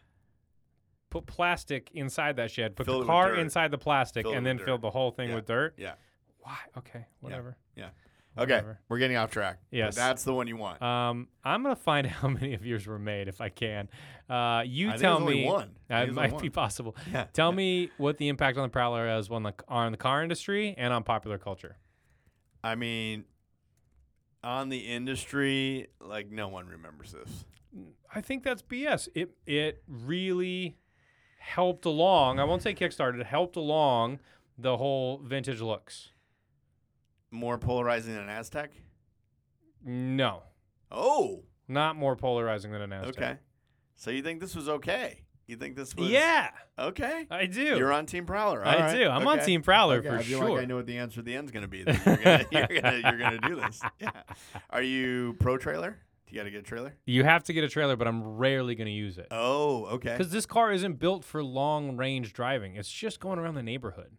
put plastic inside that shed, put Filled it the with car dirt. inside the plastic, Filled it and with then filled the whole thing Yeah. with dirt. yeah. Why? Okay, whatever. Okay, Whatever. we're getting off track. but Yes. that's the one you want. Um, I'm gonna find out how many of yours were made if I can. Uh, you I think tell there's only me. one. I Uh, think it there's might only be one. possible. Yeah. Tell me what the impact on the Prowler is on the on the car industry and on popular culture. I mean, on the industry, like no one remembers this. I think that's BS. It it really helped along. I won't say kickstarted. It helped along the whole vintage looks. More polarizing than Aztec. No, Oh, not more polarizing than an Aztec. okay. So you think this was okay? You think this was Yeah, Okay. I do. You're on Team Prowler. All I right. do. I'm on Okay. Team Prowler Okay, for I feel sure. like I know what the answer Sure, the end's gonna be that you're gonna you're gonna, you're gonna do this. Yeah. Are you pro trailer? Do you gotta get a trailer? You have to get a trailer, but I'm rarely going to use it. Oh, okay. Because this car isn't built for long range driving. It's just going around the neighborhood.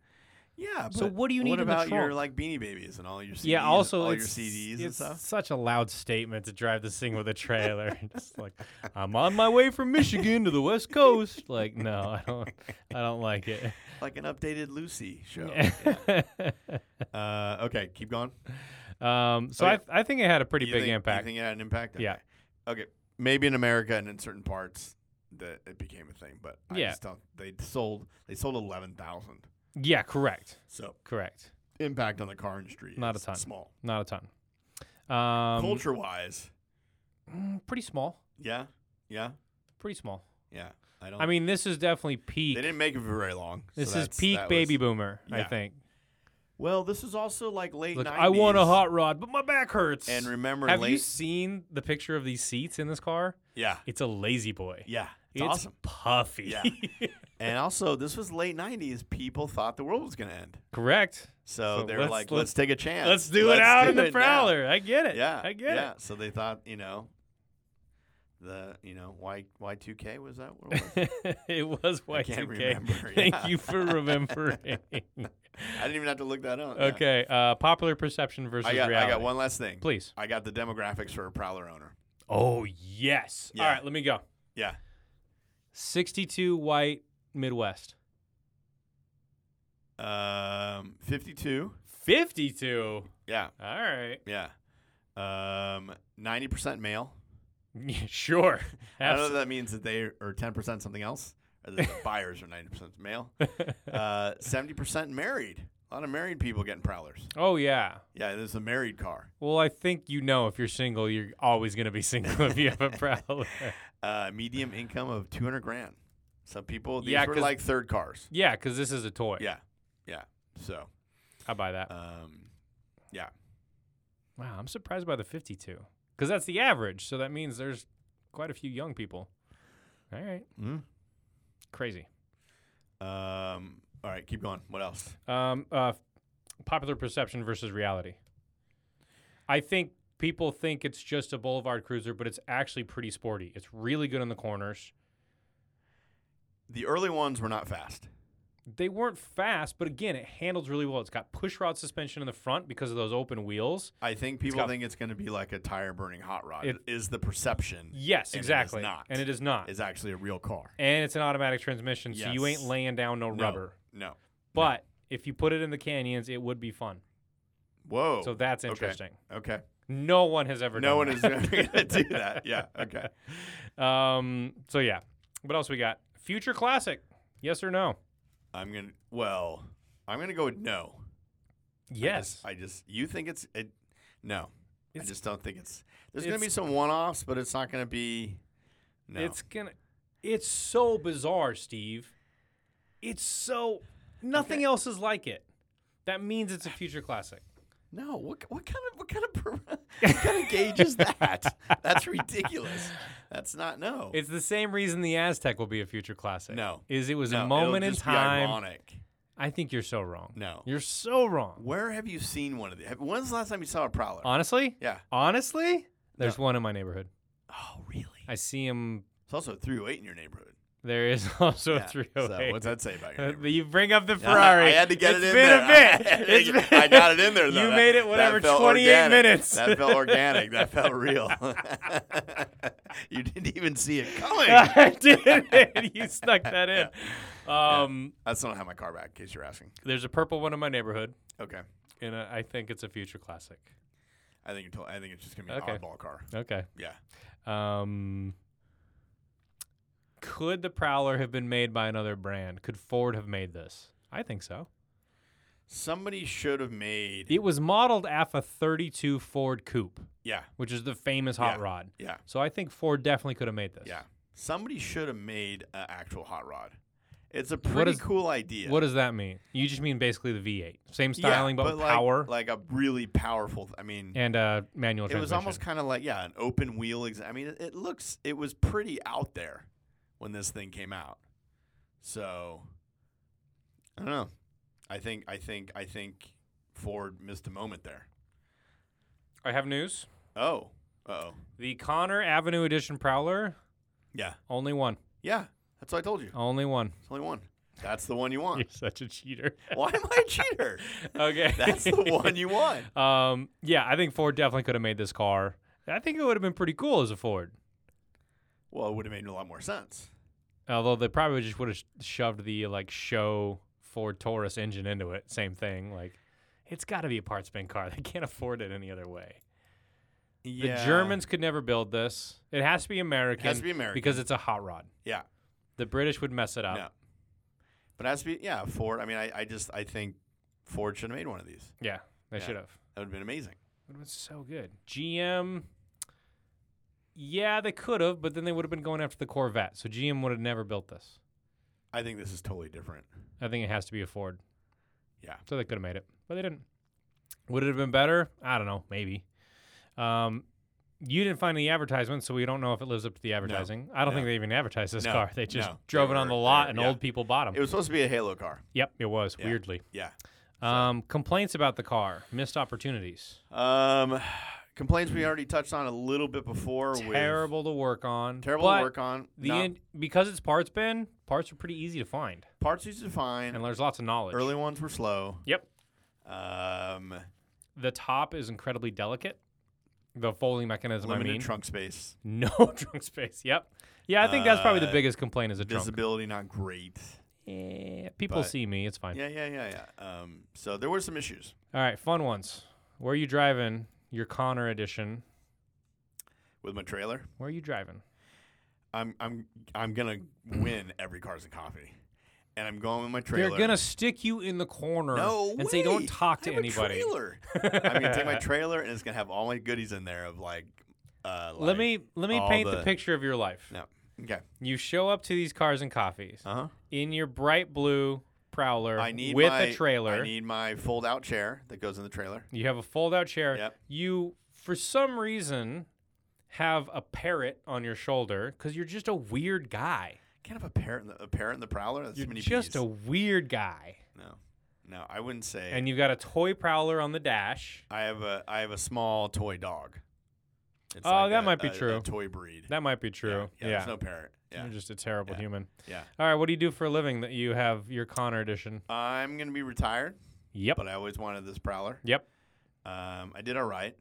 Yeah. So but what do you need What in the about your trunk? like Beanie Babies and all your CDs? yeah, also all your it's, CDs and it's stuff. such a loud statement to drive this thing with a trailer. It's like I'm on my way from Michigan to the West Coast. Like, no, I don't I don't like it. Like an updated Lucy show. uh, okay, keep going. um, so Oh, I yeah. I think it had a pretty You big think- impact. You think it had an impact? Okay. Yeah. Okay. Maybe in America and in certain parts that it became a thing, but I Yeah. just don't they sold they sold eleven thousand. yeah, correct. So Correct. impact on the car industry Not a is ton. small. Not a ton. Um Culture wise, mm, pretty small. yeah, yeah, Pretty small. yeah. I don't. I mean, this is definitely they peak. didn't make it for very long. so This is that's- peak that baby was- boomer, I yeah. think. Well, this is also like late. Look, 90s. I want a hot rod, but my back hurts. And remember, have late. you seen the picture of these seats in this car? yeah, It's a lazy boy. yeah. It's It's, awesome. puffy. Yeah. And also, this was late '90s. People thought the world was going to end, Correct. so, So they were let's- like, let's- let's, take a chance. Let's do it out in do the it now." prowler. I get it. Yeah, I get yeah. So they thought, you know, the you know Y Y two K was that what it was? it. it was Y2K. I can't remember, Thank yeah. you for remembering. I didn't even have to look that up. yeah. okay. Uh, popular perception versus I got reality. I got one last thing. Please. I got the demographics for a prowler owner. Oh yes. Yeah. All right. Let me go. Yeah. Sixty-two white Midwest. Um, 52. Fifty-two. Yeah, All right. yeah. Um, 90% male. sure. I don't know if Abs- that means that they are 10% something else, or that the buyers are 90% male. Uh, 70% married. A lot of married people getting prowlers. Oh yeah. Yeah, this is a married car. Well, I think you know if you're single, you're always gonna be single if you have a prowler. Uh, medium income of 200 grand. Some people, these Yeah, were 'cause- like third cars. yeah, because this is a toy. Yeah, yeah. So, I buy that. um, wow, I'm surprised by the 52 because that's the average. So that means there's quite a few young people. All right, mm, crazy. um, all right, keep going. What else? Um, uh, popular perception versus reality. I think people think it's just a boulevard cruiser, but it's actually pretty sporty. It's really good in the corners. The early ones were not fast. they weren't fast, but again, it handles really well. It's got push rod suspension in the front because of those open wheels. I think people got- think it's going to be like a tire burning hot rod. It- It is the perception. Yes, And it is exactly. not. And it is not. It's actually a real car. and it's an automatic transmission, so you ain't Yes. laying down no, No. rubber. No. But if you put it in the canyons, it would be fun. Whoa. So that's Oh, Okay. interesting. okay. No one has ever No done one that. is going to do that. Yeah. Okay. Um so yeah. What else we got? Future classic. Yes or no? I'm gonna. Well, I'm gonna go with no. I Yes. just- I just. you think it's. It, no. It's- I just don't think it's. There's going to be it's- some one-offs, but it's not going to be. No. It's gonna it's so bizarre, Steve. It's so nothing else is like it. That means it's a future classic. no. What, what kind of what kind of per- what kind of gauge is that? That's ridiculous. That's not no. It's the same reason the Aztec will be a future classic. No. Is it was no, a it'll moment in just be time. ironic. I think you're so wrong. No. You're so wrong. Where have you seen one of these? Have- When's the last time you saw a prowler? Honestly? yeah. Honestly? There's one in my neighborhood. Oh, really? I see him It's also a 308 in your neighborhood. There is also Yeah, a So 308. what's that say about your Uh, neighborhood? you bring up the Yeah, I- Ferrari. I had to get It's it in been there. a bit. I, had It's to been- get- I got it in there. Though. You That- made it that whatever, felt 28 organic. minutes. That felt organic. That felt real. you didn't even see it coming. I did it. You snuck that in. Um, That's not how my car back. In case you're asking. There's a purple one in my neighborhood, Okay. and uh, I think it's a future classic. I think until I think it's just gonna be an Okay. oddball car. Okay. Yeah. Um, could the Prowler have been made by another brand? Could Ford have made this? I think so. Somebody should have made. It was modeled after a 32 Ford Coupe, Yeah. which is the famous hot Yeah. rod. Yeah. So I think Ford definitely could have made this. Yeah. Somebody should have made an actual hot rod. It's a pretty is- cool idea. What does that mean? You just mean basically the V8, same Yeah, styling but, with like, power Like a really powerful. th- I mean, and uh, manual it transmission. was almost kind of like yeah, an open wheel. Ex- I mean, it, it looks. It was pretty out there when this thing came out. So I don't know. I think. I think. I think Ford missed a moment there. I have news. Oh. Oh. The Connor Avenue Edition Prowler, Yeah. only one, Yeah. That's what I told you. only one. It's only one. That's the one you want. You're such a cheater. Why am I a cheater? okay, That's the one you want. Um, yeah, I think Ford definitely could have made this car. I think it would have been pretty cool as a Ford. Well, it would have made a lot more sense. Although they probably just would have shoved the like show Ford Taurus engine into it. Same thing. Like, it's got to be a parts bin car. They can't afford it any other way. The Germans could never build this. It has to be American. has to be American. because it's a hot rod. Yeah. The British would mess it up. No. But it has to be yeah, Ford. I mean, I, I just I think Ford should have made one of these. Yeah, they Yeah. should have. That would have been amazing. It was so good. GM. Yeah, they could have, but then they would have been going after the Corvette. So GM would have never built this. I think this is totally different. I think it has to be a Ford. Yeah. So they could have made it, but they didn't. Would it have been better? I don't know. Maybe. Um, you didn't find any advertisement, so we don't know if it lives up to the advertising. I don't No. think they even advertised this No. car. They just No. They drove it on the were- they lot, were- and yeah. old people bought them. It was supposed to be a Halo car. yep, it was Yeah. weirdly. Yeah. Um, complaints about the car, missed opportunities, Um complaints we already touched on a little bit before with- terrible to work on, terrible but to work on. The Not- in- because it's parts bin, parts are pretty easy to find, parts used to fine. and there's lots of knowledge. Early ones were slow. Yep. Um The top is incredibly delicate. The folding mechanism, limited I mean. trunk space. No trunk space. Yep. Yeah, I think that's probably the Uh, biggest complaint is a trunk. Visibility not great. Eh, people but- see me. It's fine. Yeah, yeah, yeah, yeah. Um so there were some issues. All right, fun ones. Where are you driving? Your Connor edition. With my trailer, Where are you driving? I'm I'm I'm gonna win every cars and coffee, and I'm going with my trailer. They're gonna stick you in the corner no and say, "Don't way! talk to I have a anybody." trailer. I'm gonna take my trailer and it's gonna have all my goodies in there of like. Uh, let like- me let me all paint the, the- picture of your life. No. Okay. You show up to these cars and coffees Uh huh. in your bright blue Prowler I need with my, a trailer. I need my fold-out chair that goes in the trailer. You have a fold out chair. Yep. You, for some reason, have a parrot on your shoulder because you're just a weird guy. Can't have a parrot in the, a parrot in the prowler. That's you're too many just bees. a weird guy. no. No, I wouldn't say. And you've got a toy prowler on the dash. I have a I have a small toy dog. It's Oh, that a- might be a- a true. toy breed. That might be Yeah, true. Yeah. There's no parrot. Yeah. You're just a terrible Yeah. human. Yeah. All right. What do you do for a living that you have your Connor edition? I'm gonna be retired, Yep. but I always wanted this prowler. Yep. Um, I did all right,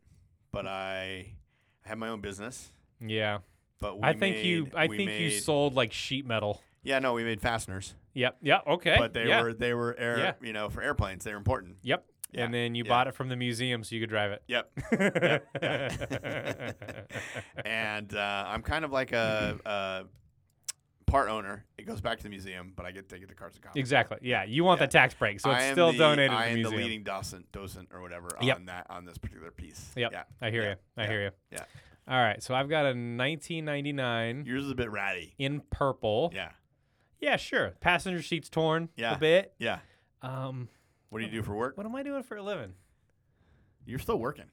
but I I had my own business. Yeah. But we I think you. made- I we think you made- sold like sheet metal. Yeah, no, we made fasteners, Yep. Yeah. Okay. but they yeah. were they were air, Yeah. you know, for airplanes. They're important. Yep. Yeah, And then you yeah. bought it from the museum so you could drive it. Yep. and uh, I'm kind of like a, a part owner. It goes back to the museum, but I get to get the cars and coffee. exactly. Yeah, you want Yeah. the tax break, so I it's am still the- donated I to the am museum. the leading docent, docent or whatever on Yep. that on this particular piece. Yep. Yeah. I hear Yeah, you. I yeah, hear you. yeah. All right, so I've got a 1999 Yours is a bit ratty. in purple. Yeah. Yeah, sure. Passenger seats torn Yeah. a bit. Yeah. Um, What do you do for work? what am I doing for a living? You're still working.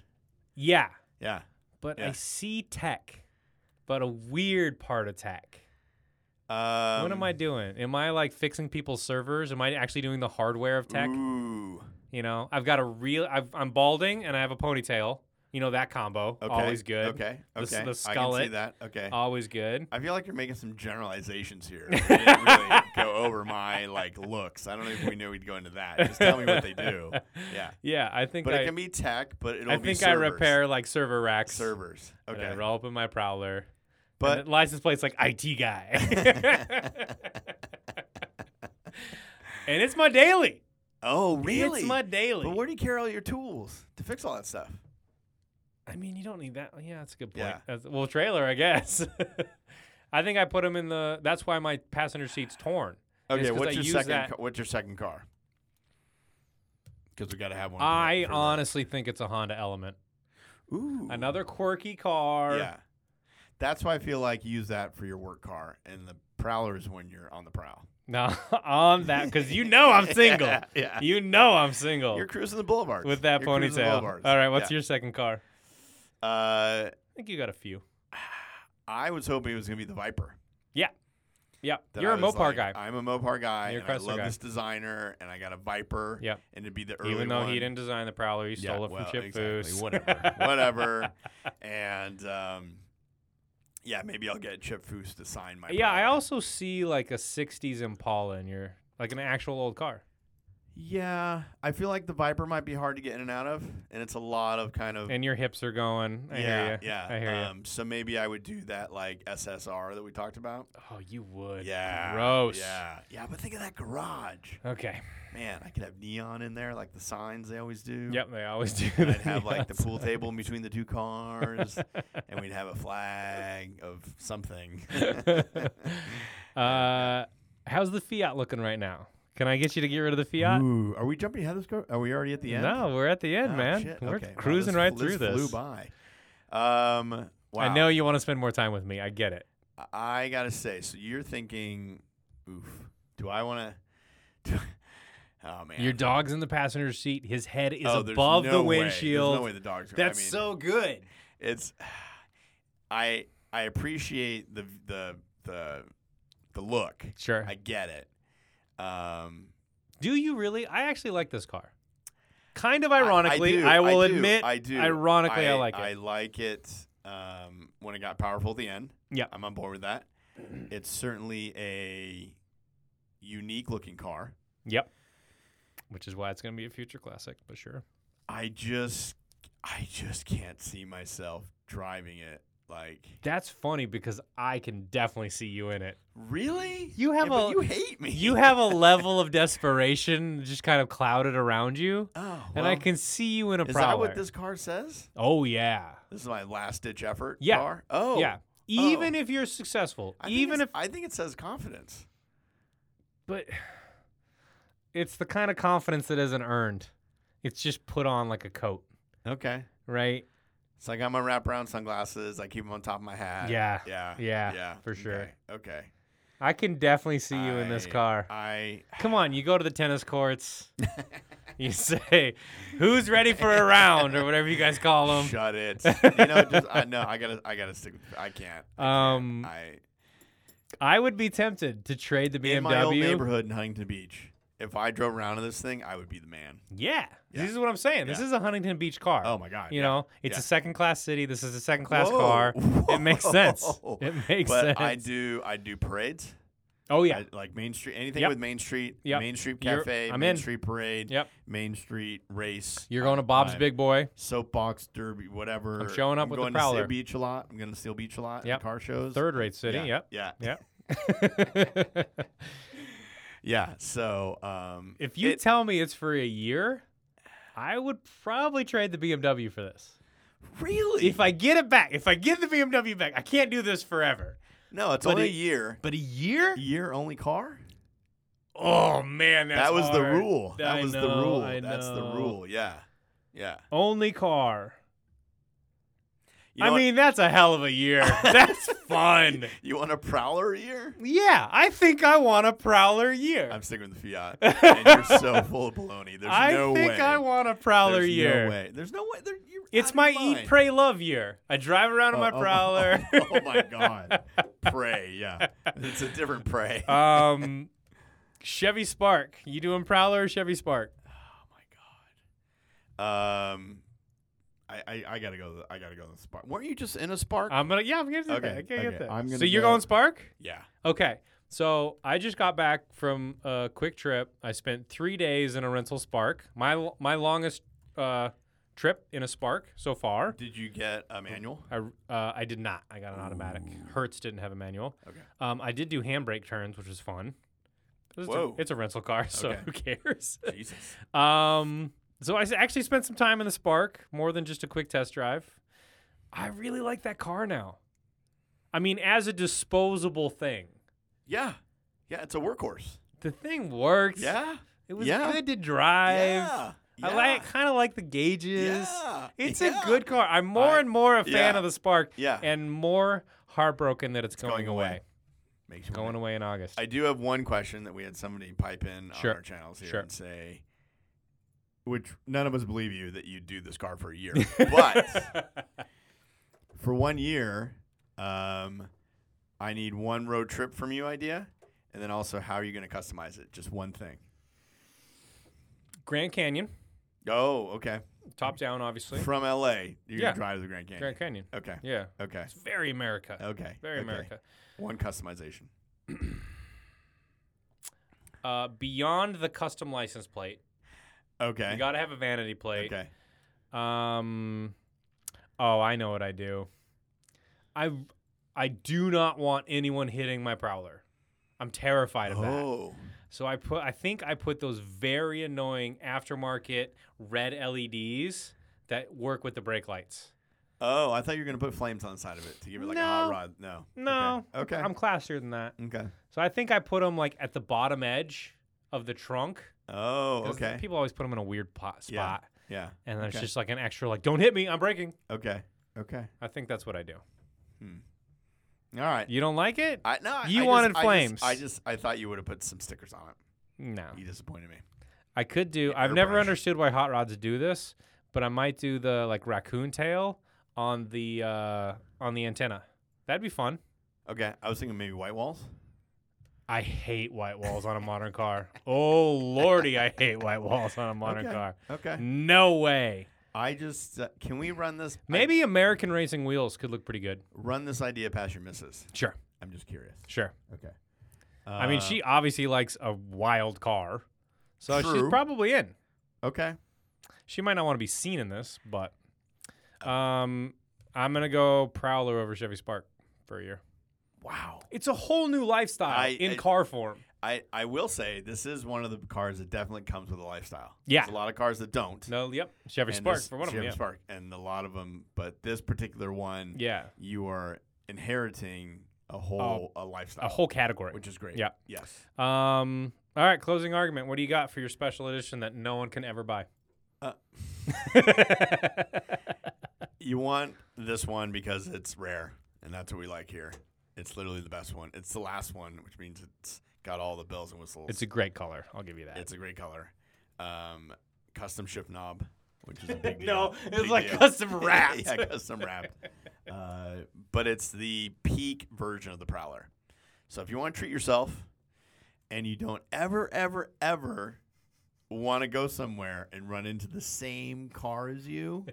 Yeah, Yeah. but Yeah. I see tech, but a weird part of tech. Um, what am I doing? Am I like fixing people's servers? Am I actually doing the hardware of tech? Ooh. You know, I've got a real. I've, I'm balding and I have a ponytail. You know that combo, always good. Okay. The s- the Okay. I can see skullet. Um, that. Okay. Always good. I feel like you're making some generalizations here. I didn't really go over my like looks. I don't even we knew we'd go into that. Just tell me what they do. Yeah. Yeah, I think But I, it can be tech, but it'll I be think I servers. repair like server racks. servers. and I Okay. roll up in my prowler. But- and the license plate's like IT guy. and it's my daily. Oh, really? It's my daily. But where do you carry all your tools to fix all that stuff? I mean, you don't need that. Yeah, that's a good point. Yeah. That's- well, trailer, I guess. I think I put them in the. That's why my passenger seat's torn. It's Okay, 'cause what's I your use second? that- Ca- what's your second car? Because we got to have one. for- I for that. honestly think it's a Honda Element. Ooh. Another quirky car. Yeah. That's why I feel like use that for your work car, and the Prowler is when you're on the prowl. No, on that because you know I'm single. Yeah, yeah. You know I'm single You're cruising the boulevards Oh. with that You're cruising the ponytail. boulevards. All right, what's Yeah. your second car? I Uh, think you got a few. I was hoping it was gonna be the Viper. Yeah, That you're I a was Mopar like, guy. I'm a Mopar guy. You're a and I Chrysler love guy. this designer, and I got a Viper. Yep. And it'd be the early Even though one. he didn't design the Prowler, he stole it from well, Chip exactly. Foose. Whatever. Whatever. And um, yeah, maybe I'll get Chip Foose to sign my. yeah, I Prowler. also see like a '60s Impala in your like an actual old car. Yeah, I feel like the Viper might be hard to get in and out of, and it's a lot of kind of. And your hips are going. I yeah, hear you. yeah. I hear you. um, So maybe I would do that like SSR that we talked about. Oh, you would. Yeah. Gross. Yeah. Yeah, but think of that garage. Okay. Man, I could have neon in there like the signs they always do. Yep, they always do. And I'd that. have like the pool table in between the two cars, and we'd have a flag of something. uh, how's the Fiat looking right now? Can I get you to get rid of the Fiat? Ooh, are we jumping ahead of this? Go- are we already at the end? No, we're at the end, Oh, man. shit. We're Okay. Wow, cruising this right fl- through this. Flew by. Um, wow. I know you want to spend more time with me. I get it. I gotta say, so you're thinking, oof. Do I want to? Oh man. Your dog's in the passenger seat. His head is oh, there's above no the way. windshield. There's no way the dogs. Are, That's I mean, so good. It's. I I appreciate the the the the look. Sure. I get it. Um. do you really? I actually like this car. Kind of I- I ironically, do, I, will do, admit. I do. Ironically, I, like it. I like it. Um, when it got powerful at the end. Yeah. I'm on board with that. It's certainly a unique looking car. yep. Which is why it's going to be a future classic, but sure. I just I just can't see myself driving it. Like That's funny because I can definitely see you in it. really? You have Yeah, but a- you hate me. You have a level of desperation just kind of clouded around you, oh, well, and I can see you in a Is prowler. that what this car says? oh yeah, This is my last ditch effort Yeah. car. Oh yeah. Even if you're successful, I think even if it's- I think it says confidence. but it's the kind of confidence that isn't earned. It's just put on like a coat, Okay. right? So I got my wraparound sunglasses. I keep them on top of my hat. Yeah. Yeah. Yeah, Yeah. for sure. Okay. okay. I can definitely see you in this I- car. I Come on, you go to the tennis courts. you say, "Who's ready for a round?" or whatever you guys call them. shut it. you know, just I no, I gotta I gotta stick with I can't. Um, I I would be tempted to trade the BMW. in my old neighborhood in Huntington Beach. If I drove around in this thing, I would be the man. Yeah. Yeah. This is what I'm saying. This Yeah. is a Huntington Beach car. Oh my god! you know, it's Yeah. a second class city. This is a second class Whoa. car. It makes sense. Whoa. It makes but sense. I do I do parades. oh yeah. I- like Main Street, anything Yep. with Main Street, Yep. Main Street You're- Cafe, I'm Main in. Street Parade, Yep. Main Street Race, You're going to Bob's I'm- Big Boy. Soapbox Derby, whatever. I'm showing up I'm with the going to Prowler. Seal Beach a lot. I'm going to Seal Beach a lot. in Yep. Car shows. Third rate city. Yeah. Yep. Yeah. Yep. Yeah. So um, if you it- tell me it's for a year, I would probably trade the BMW for this. really If I get it back, if I get the BMW back, I can't do this forever. no, it's but only a it- year. But a year? Year only car. Oh man, that's that was the hard. rule. That I was the know, rule. I That's the know. rule. Yeah. Yeah. Only car. You I know what- mean, that's a hell of a year. That's fun. you want a prowler year? Yeah, I think I want a Prowler year. I'm sticking with the Fiat. and you're so full of baloney. There's I no think way. I want a Prowler There's year. No way. There's no way. There, you're out It's of my your eat, mind. pray, love year. I drive around in my Oh, oh, Prowler. Oh, oh my god. Prey. Yeah. It's a different prey. um, Chevy Spark. You doing Prowler or Chevy Spark? um, I I, I, I gotta go. to the- I gotta go to the spark. Weren't you just in a spark? I'm gonna yeah, I'm gonna do Okay, that. I can't okay, get that. I'm so gonna you're go- going Spark? yeah. Okay. So I just got back from a quick trip. I spent three days in a rental Spark. My l- my longest uh, trip in a Spark so far. Did you get a manual? I uh, I did not. I got an automatic. Hertz didn't have a manual. Okay. Um, I did do handbrake turns, which was fun. It's, Whoa. A, it's a rental car, so who Okay. cares? Jesus. Um, so I s- actually spent some time in the Spark, more than just a quick test drive. I really like that car now. I mean, as a disposable thing, Yeah. Yeah, it's a workhorse. the thing works. Yeah. It was Yeah. good to drive. yeah. I yeah, like kind of like the gauges. Yeah. It's yeah. a good car. I'm more I- and more a fan yeah. of the Spark. Yeah. And more heartbroken that it's, going, going away. away. Makes you Going away in August. I do have one question that we had somebody pipe in Sure. on our channels here Sure. and say, which none of us believe you that you do this car for a year, but For one year, um, I need one road trip from you idea, and then also how are you going to customize it? Just one thing. Grand Canyon, Oh, okay. top down, obviously. From LA, Yeah. you're gonna drive to the Grand Canyon. Grand Canyon. Okay. Yeah. Okay. It's very America. Okay. Very okay. America. One customization. Uh, beyond the custom license plate, Okay. you got to have a vanity plate. okay. Um, oh, I know what I do. I I do not want anyone hitting my prowler. I'm terrified of that. Oh. So I put I think I put those very annoying aftermarket red LEDs that work with the brake lights. Oh, I thought you were gonna put flames on the side of it to give it like a hot No. rod. No. No. Okay. I'm Okay. classier than that. okay. So I think I put them like at the bottom edge of the trunk. Oh, 'cause okay. People always put them in a weird pot, spot. Yeah. Yeah. And there's Okay. just like an extra like don't hit me, I'm braking. Okay. Okay. I think that's what I do. All right. You don't like it? I, no, I- You I wanted just, I just- flames. Oh. I just, I thought you would have put some stickers on it. no. You disappointed me. I could do. I've never airbrush. understood why hot rods do this, but I might do the like raccoon tail on the uh, on the antenna. That'd be fun. Okay. I was thinking maybe white walls. I hate white walls on a modern car. Oh lordy, I hate white walls on a modern Okay. car. Okay. No way. I just uh, can we run this? I- Maybe American racing wheels could look pretty good. run this idea past your missus. Sure, I'm just curious. sure. okay. I mean, Uh, she obviously likes a wild car, so she's True. probably in. Uh, Okay. She might not want to be seen in this, but um, I'm gonna go Prowler over Chevy Spark for a year. Wow. It's a whole new lifestyle I- in I- car form. I, I will say this is one of the cars that definitely comes with a lifestyle. Yeah. There's a lot of cars that don't. No, yep, Chevy And Spark this- for one of Chevy them. Yeah. Spark and a lot of them, but this particular one, yeah, you are inheriting a whole a lifestyle, a whole category. which is great. Yeah. Yes. Um, all right, closing argument. What do you got for your special edition that no one can ever buy? Uh, You want this one because it's rare, and that's what we like here. It's literally the best one. It's the last one, which means it's got all the bells and whistles. it's a great color. I'll give you that. It's a great color. Um, custom shift knob, which is a big deal. no, it's Big like deal. custom wrapped. yeah, custom wrap. Uh, but it's the peak version of the Prowler. So if you want to treat yourself, and you don't ever, ever, ever want to go somewhere and run into the same car as you,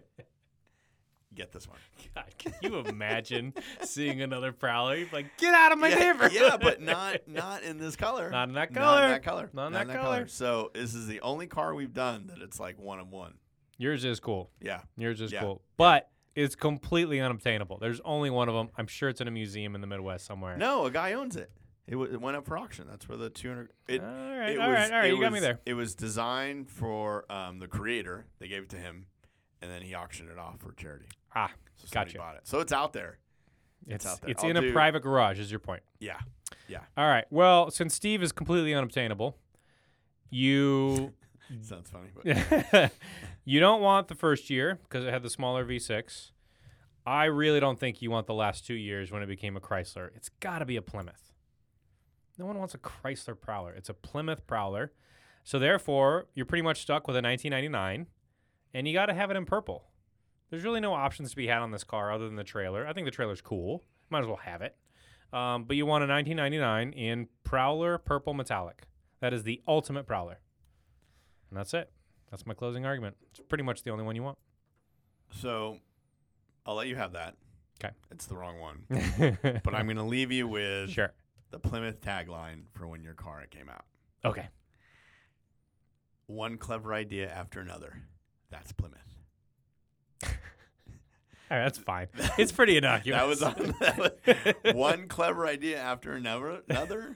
get this one. God, can you imagine seeing another Prowler? You're like, get out of my yeah, neighborhood. yeah, but not not in this color. Not in that Not in color. that color. Not in that color. So this is the only car we've done that it's like one of one. yours is cool. Yeah. Yours is Yeah. cool, but it's completely unobtainable. There's only one of them. I'm sure it's in a museum in the Midwest somewhere. No, a guy owns it. It, w- it went up for auction. That's where the 200. It, all right, it all was- right, all right. it You got me was- there. It was designed for um, the creator. They gave it to him, and then he auctioned it off for charity. Ah, So somebody Gotcha. bought it. So it's out there. it's out it's, there. I'll in a do- private garage. Is your point? Yeah. All right. Well, since Steve is completely unobtainable, you Sounds funny, but you don't want the first year because it had the smaller V6. I really don't think you want the last two years when it became a Chrysler. It's got to be a Plymouth. No one wants a Chrysler Prowler. It's a Plymouth Prowler. So therefore, you're pretty much stuck with a 1999, and you got to have it in purple. There's really no options to be had on this car other than the trailer. I think the trailer's cool. Might as well have it. Um, but you want a 1999 in Prowler purple metallic. That is the ultimate Prowler. And that's it. That's my closing argument. It's pretty much the only one you want. So I'll let you have that. 'Kay. It's the wrong one. but But I'm going to leave you with sure. the Plymouth tagline for when your car came out. Okay. One clever idea after another. That's Plymouth. All right, that's fine. It's pretty innocuous. That was, on, that was one clever idea after another. another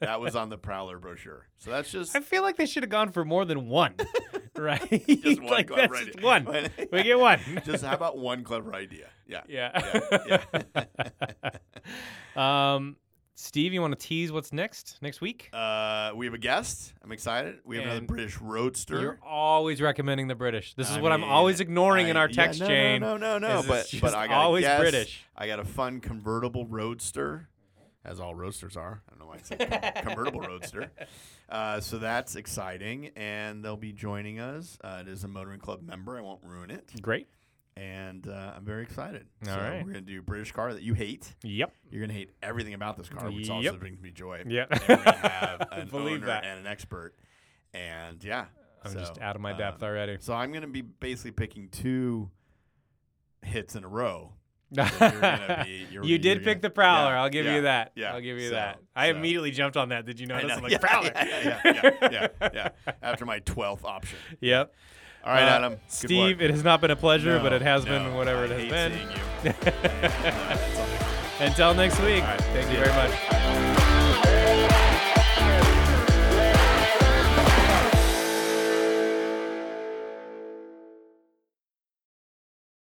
that was on the Prowler brochure. So that's just, I feel like they should have gone for more than one, right? just one like clever that's idea. just one. We get one. just how about one clever idea? Yeah. yeah. um, Steve, you want to tease what's next next week? Uh, we have a guest. I'm excited. We have another And British Roadster. You're always recommending the British. This is I what I'm mean, always ignoring in I- our yeah, text no, no, chain. No, no, is no. it's But but just I got always a guess. British. I got a fun convertible roadster, as all roadsters are. I don't know why I said convertible roadster. Uh, so that's exciting, and they'll be joining us. Uh, it is a motoring club member. I won't ruin it, Great. and uh, I'm very excited. All so right. we're gonna do British car that you hate. Yep. You're gonna hate everything about this car, which also Yep. brings me joy. Yeah. And we're gonna have an Believe owner that. and an expert, and yeah. I'm so, just out of my depth um, already. so I'm going to be basically picking two hits in a row. So you're gonna be- you're- you did you're pick gonna- the Prowler. yeah, I'll give yeah, you that. yeah, I'll give you so- that. I so- immediately jumped on that. Did you I notice? know, I'm like, yeah, Prowler. Yeah, yeah, yeah, yeah, yeah. After my twelfth option. Yep. All right, Uh, Adam. good Steve, work. it has not been a pleasure, but No, it has no, been whatever I it has hate been. seeing you. And, uh, it's all- Until next week. Thank you very much.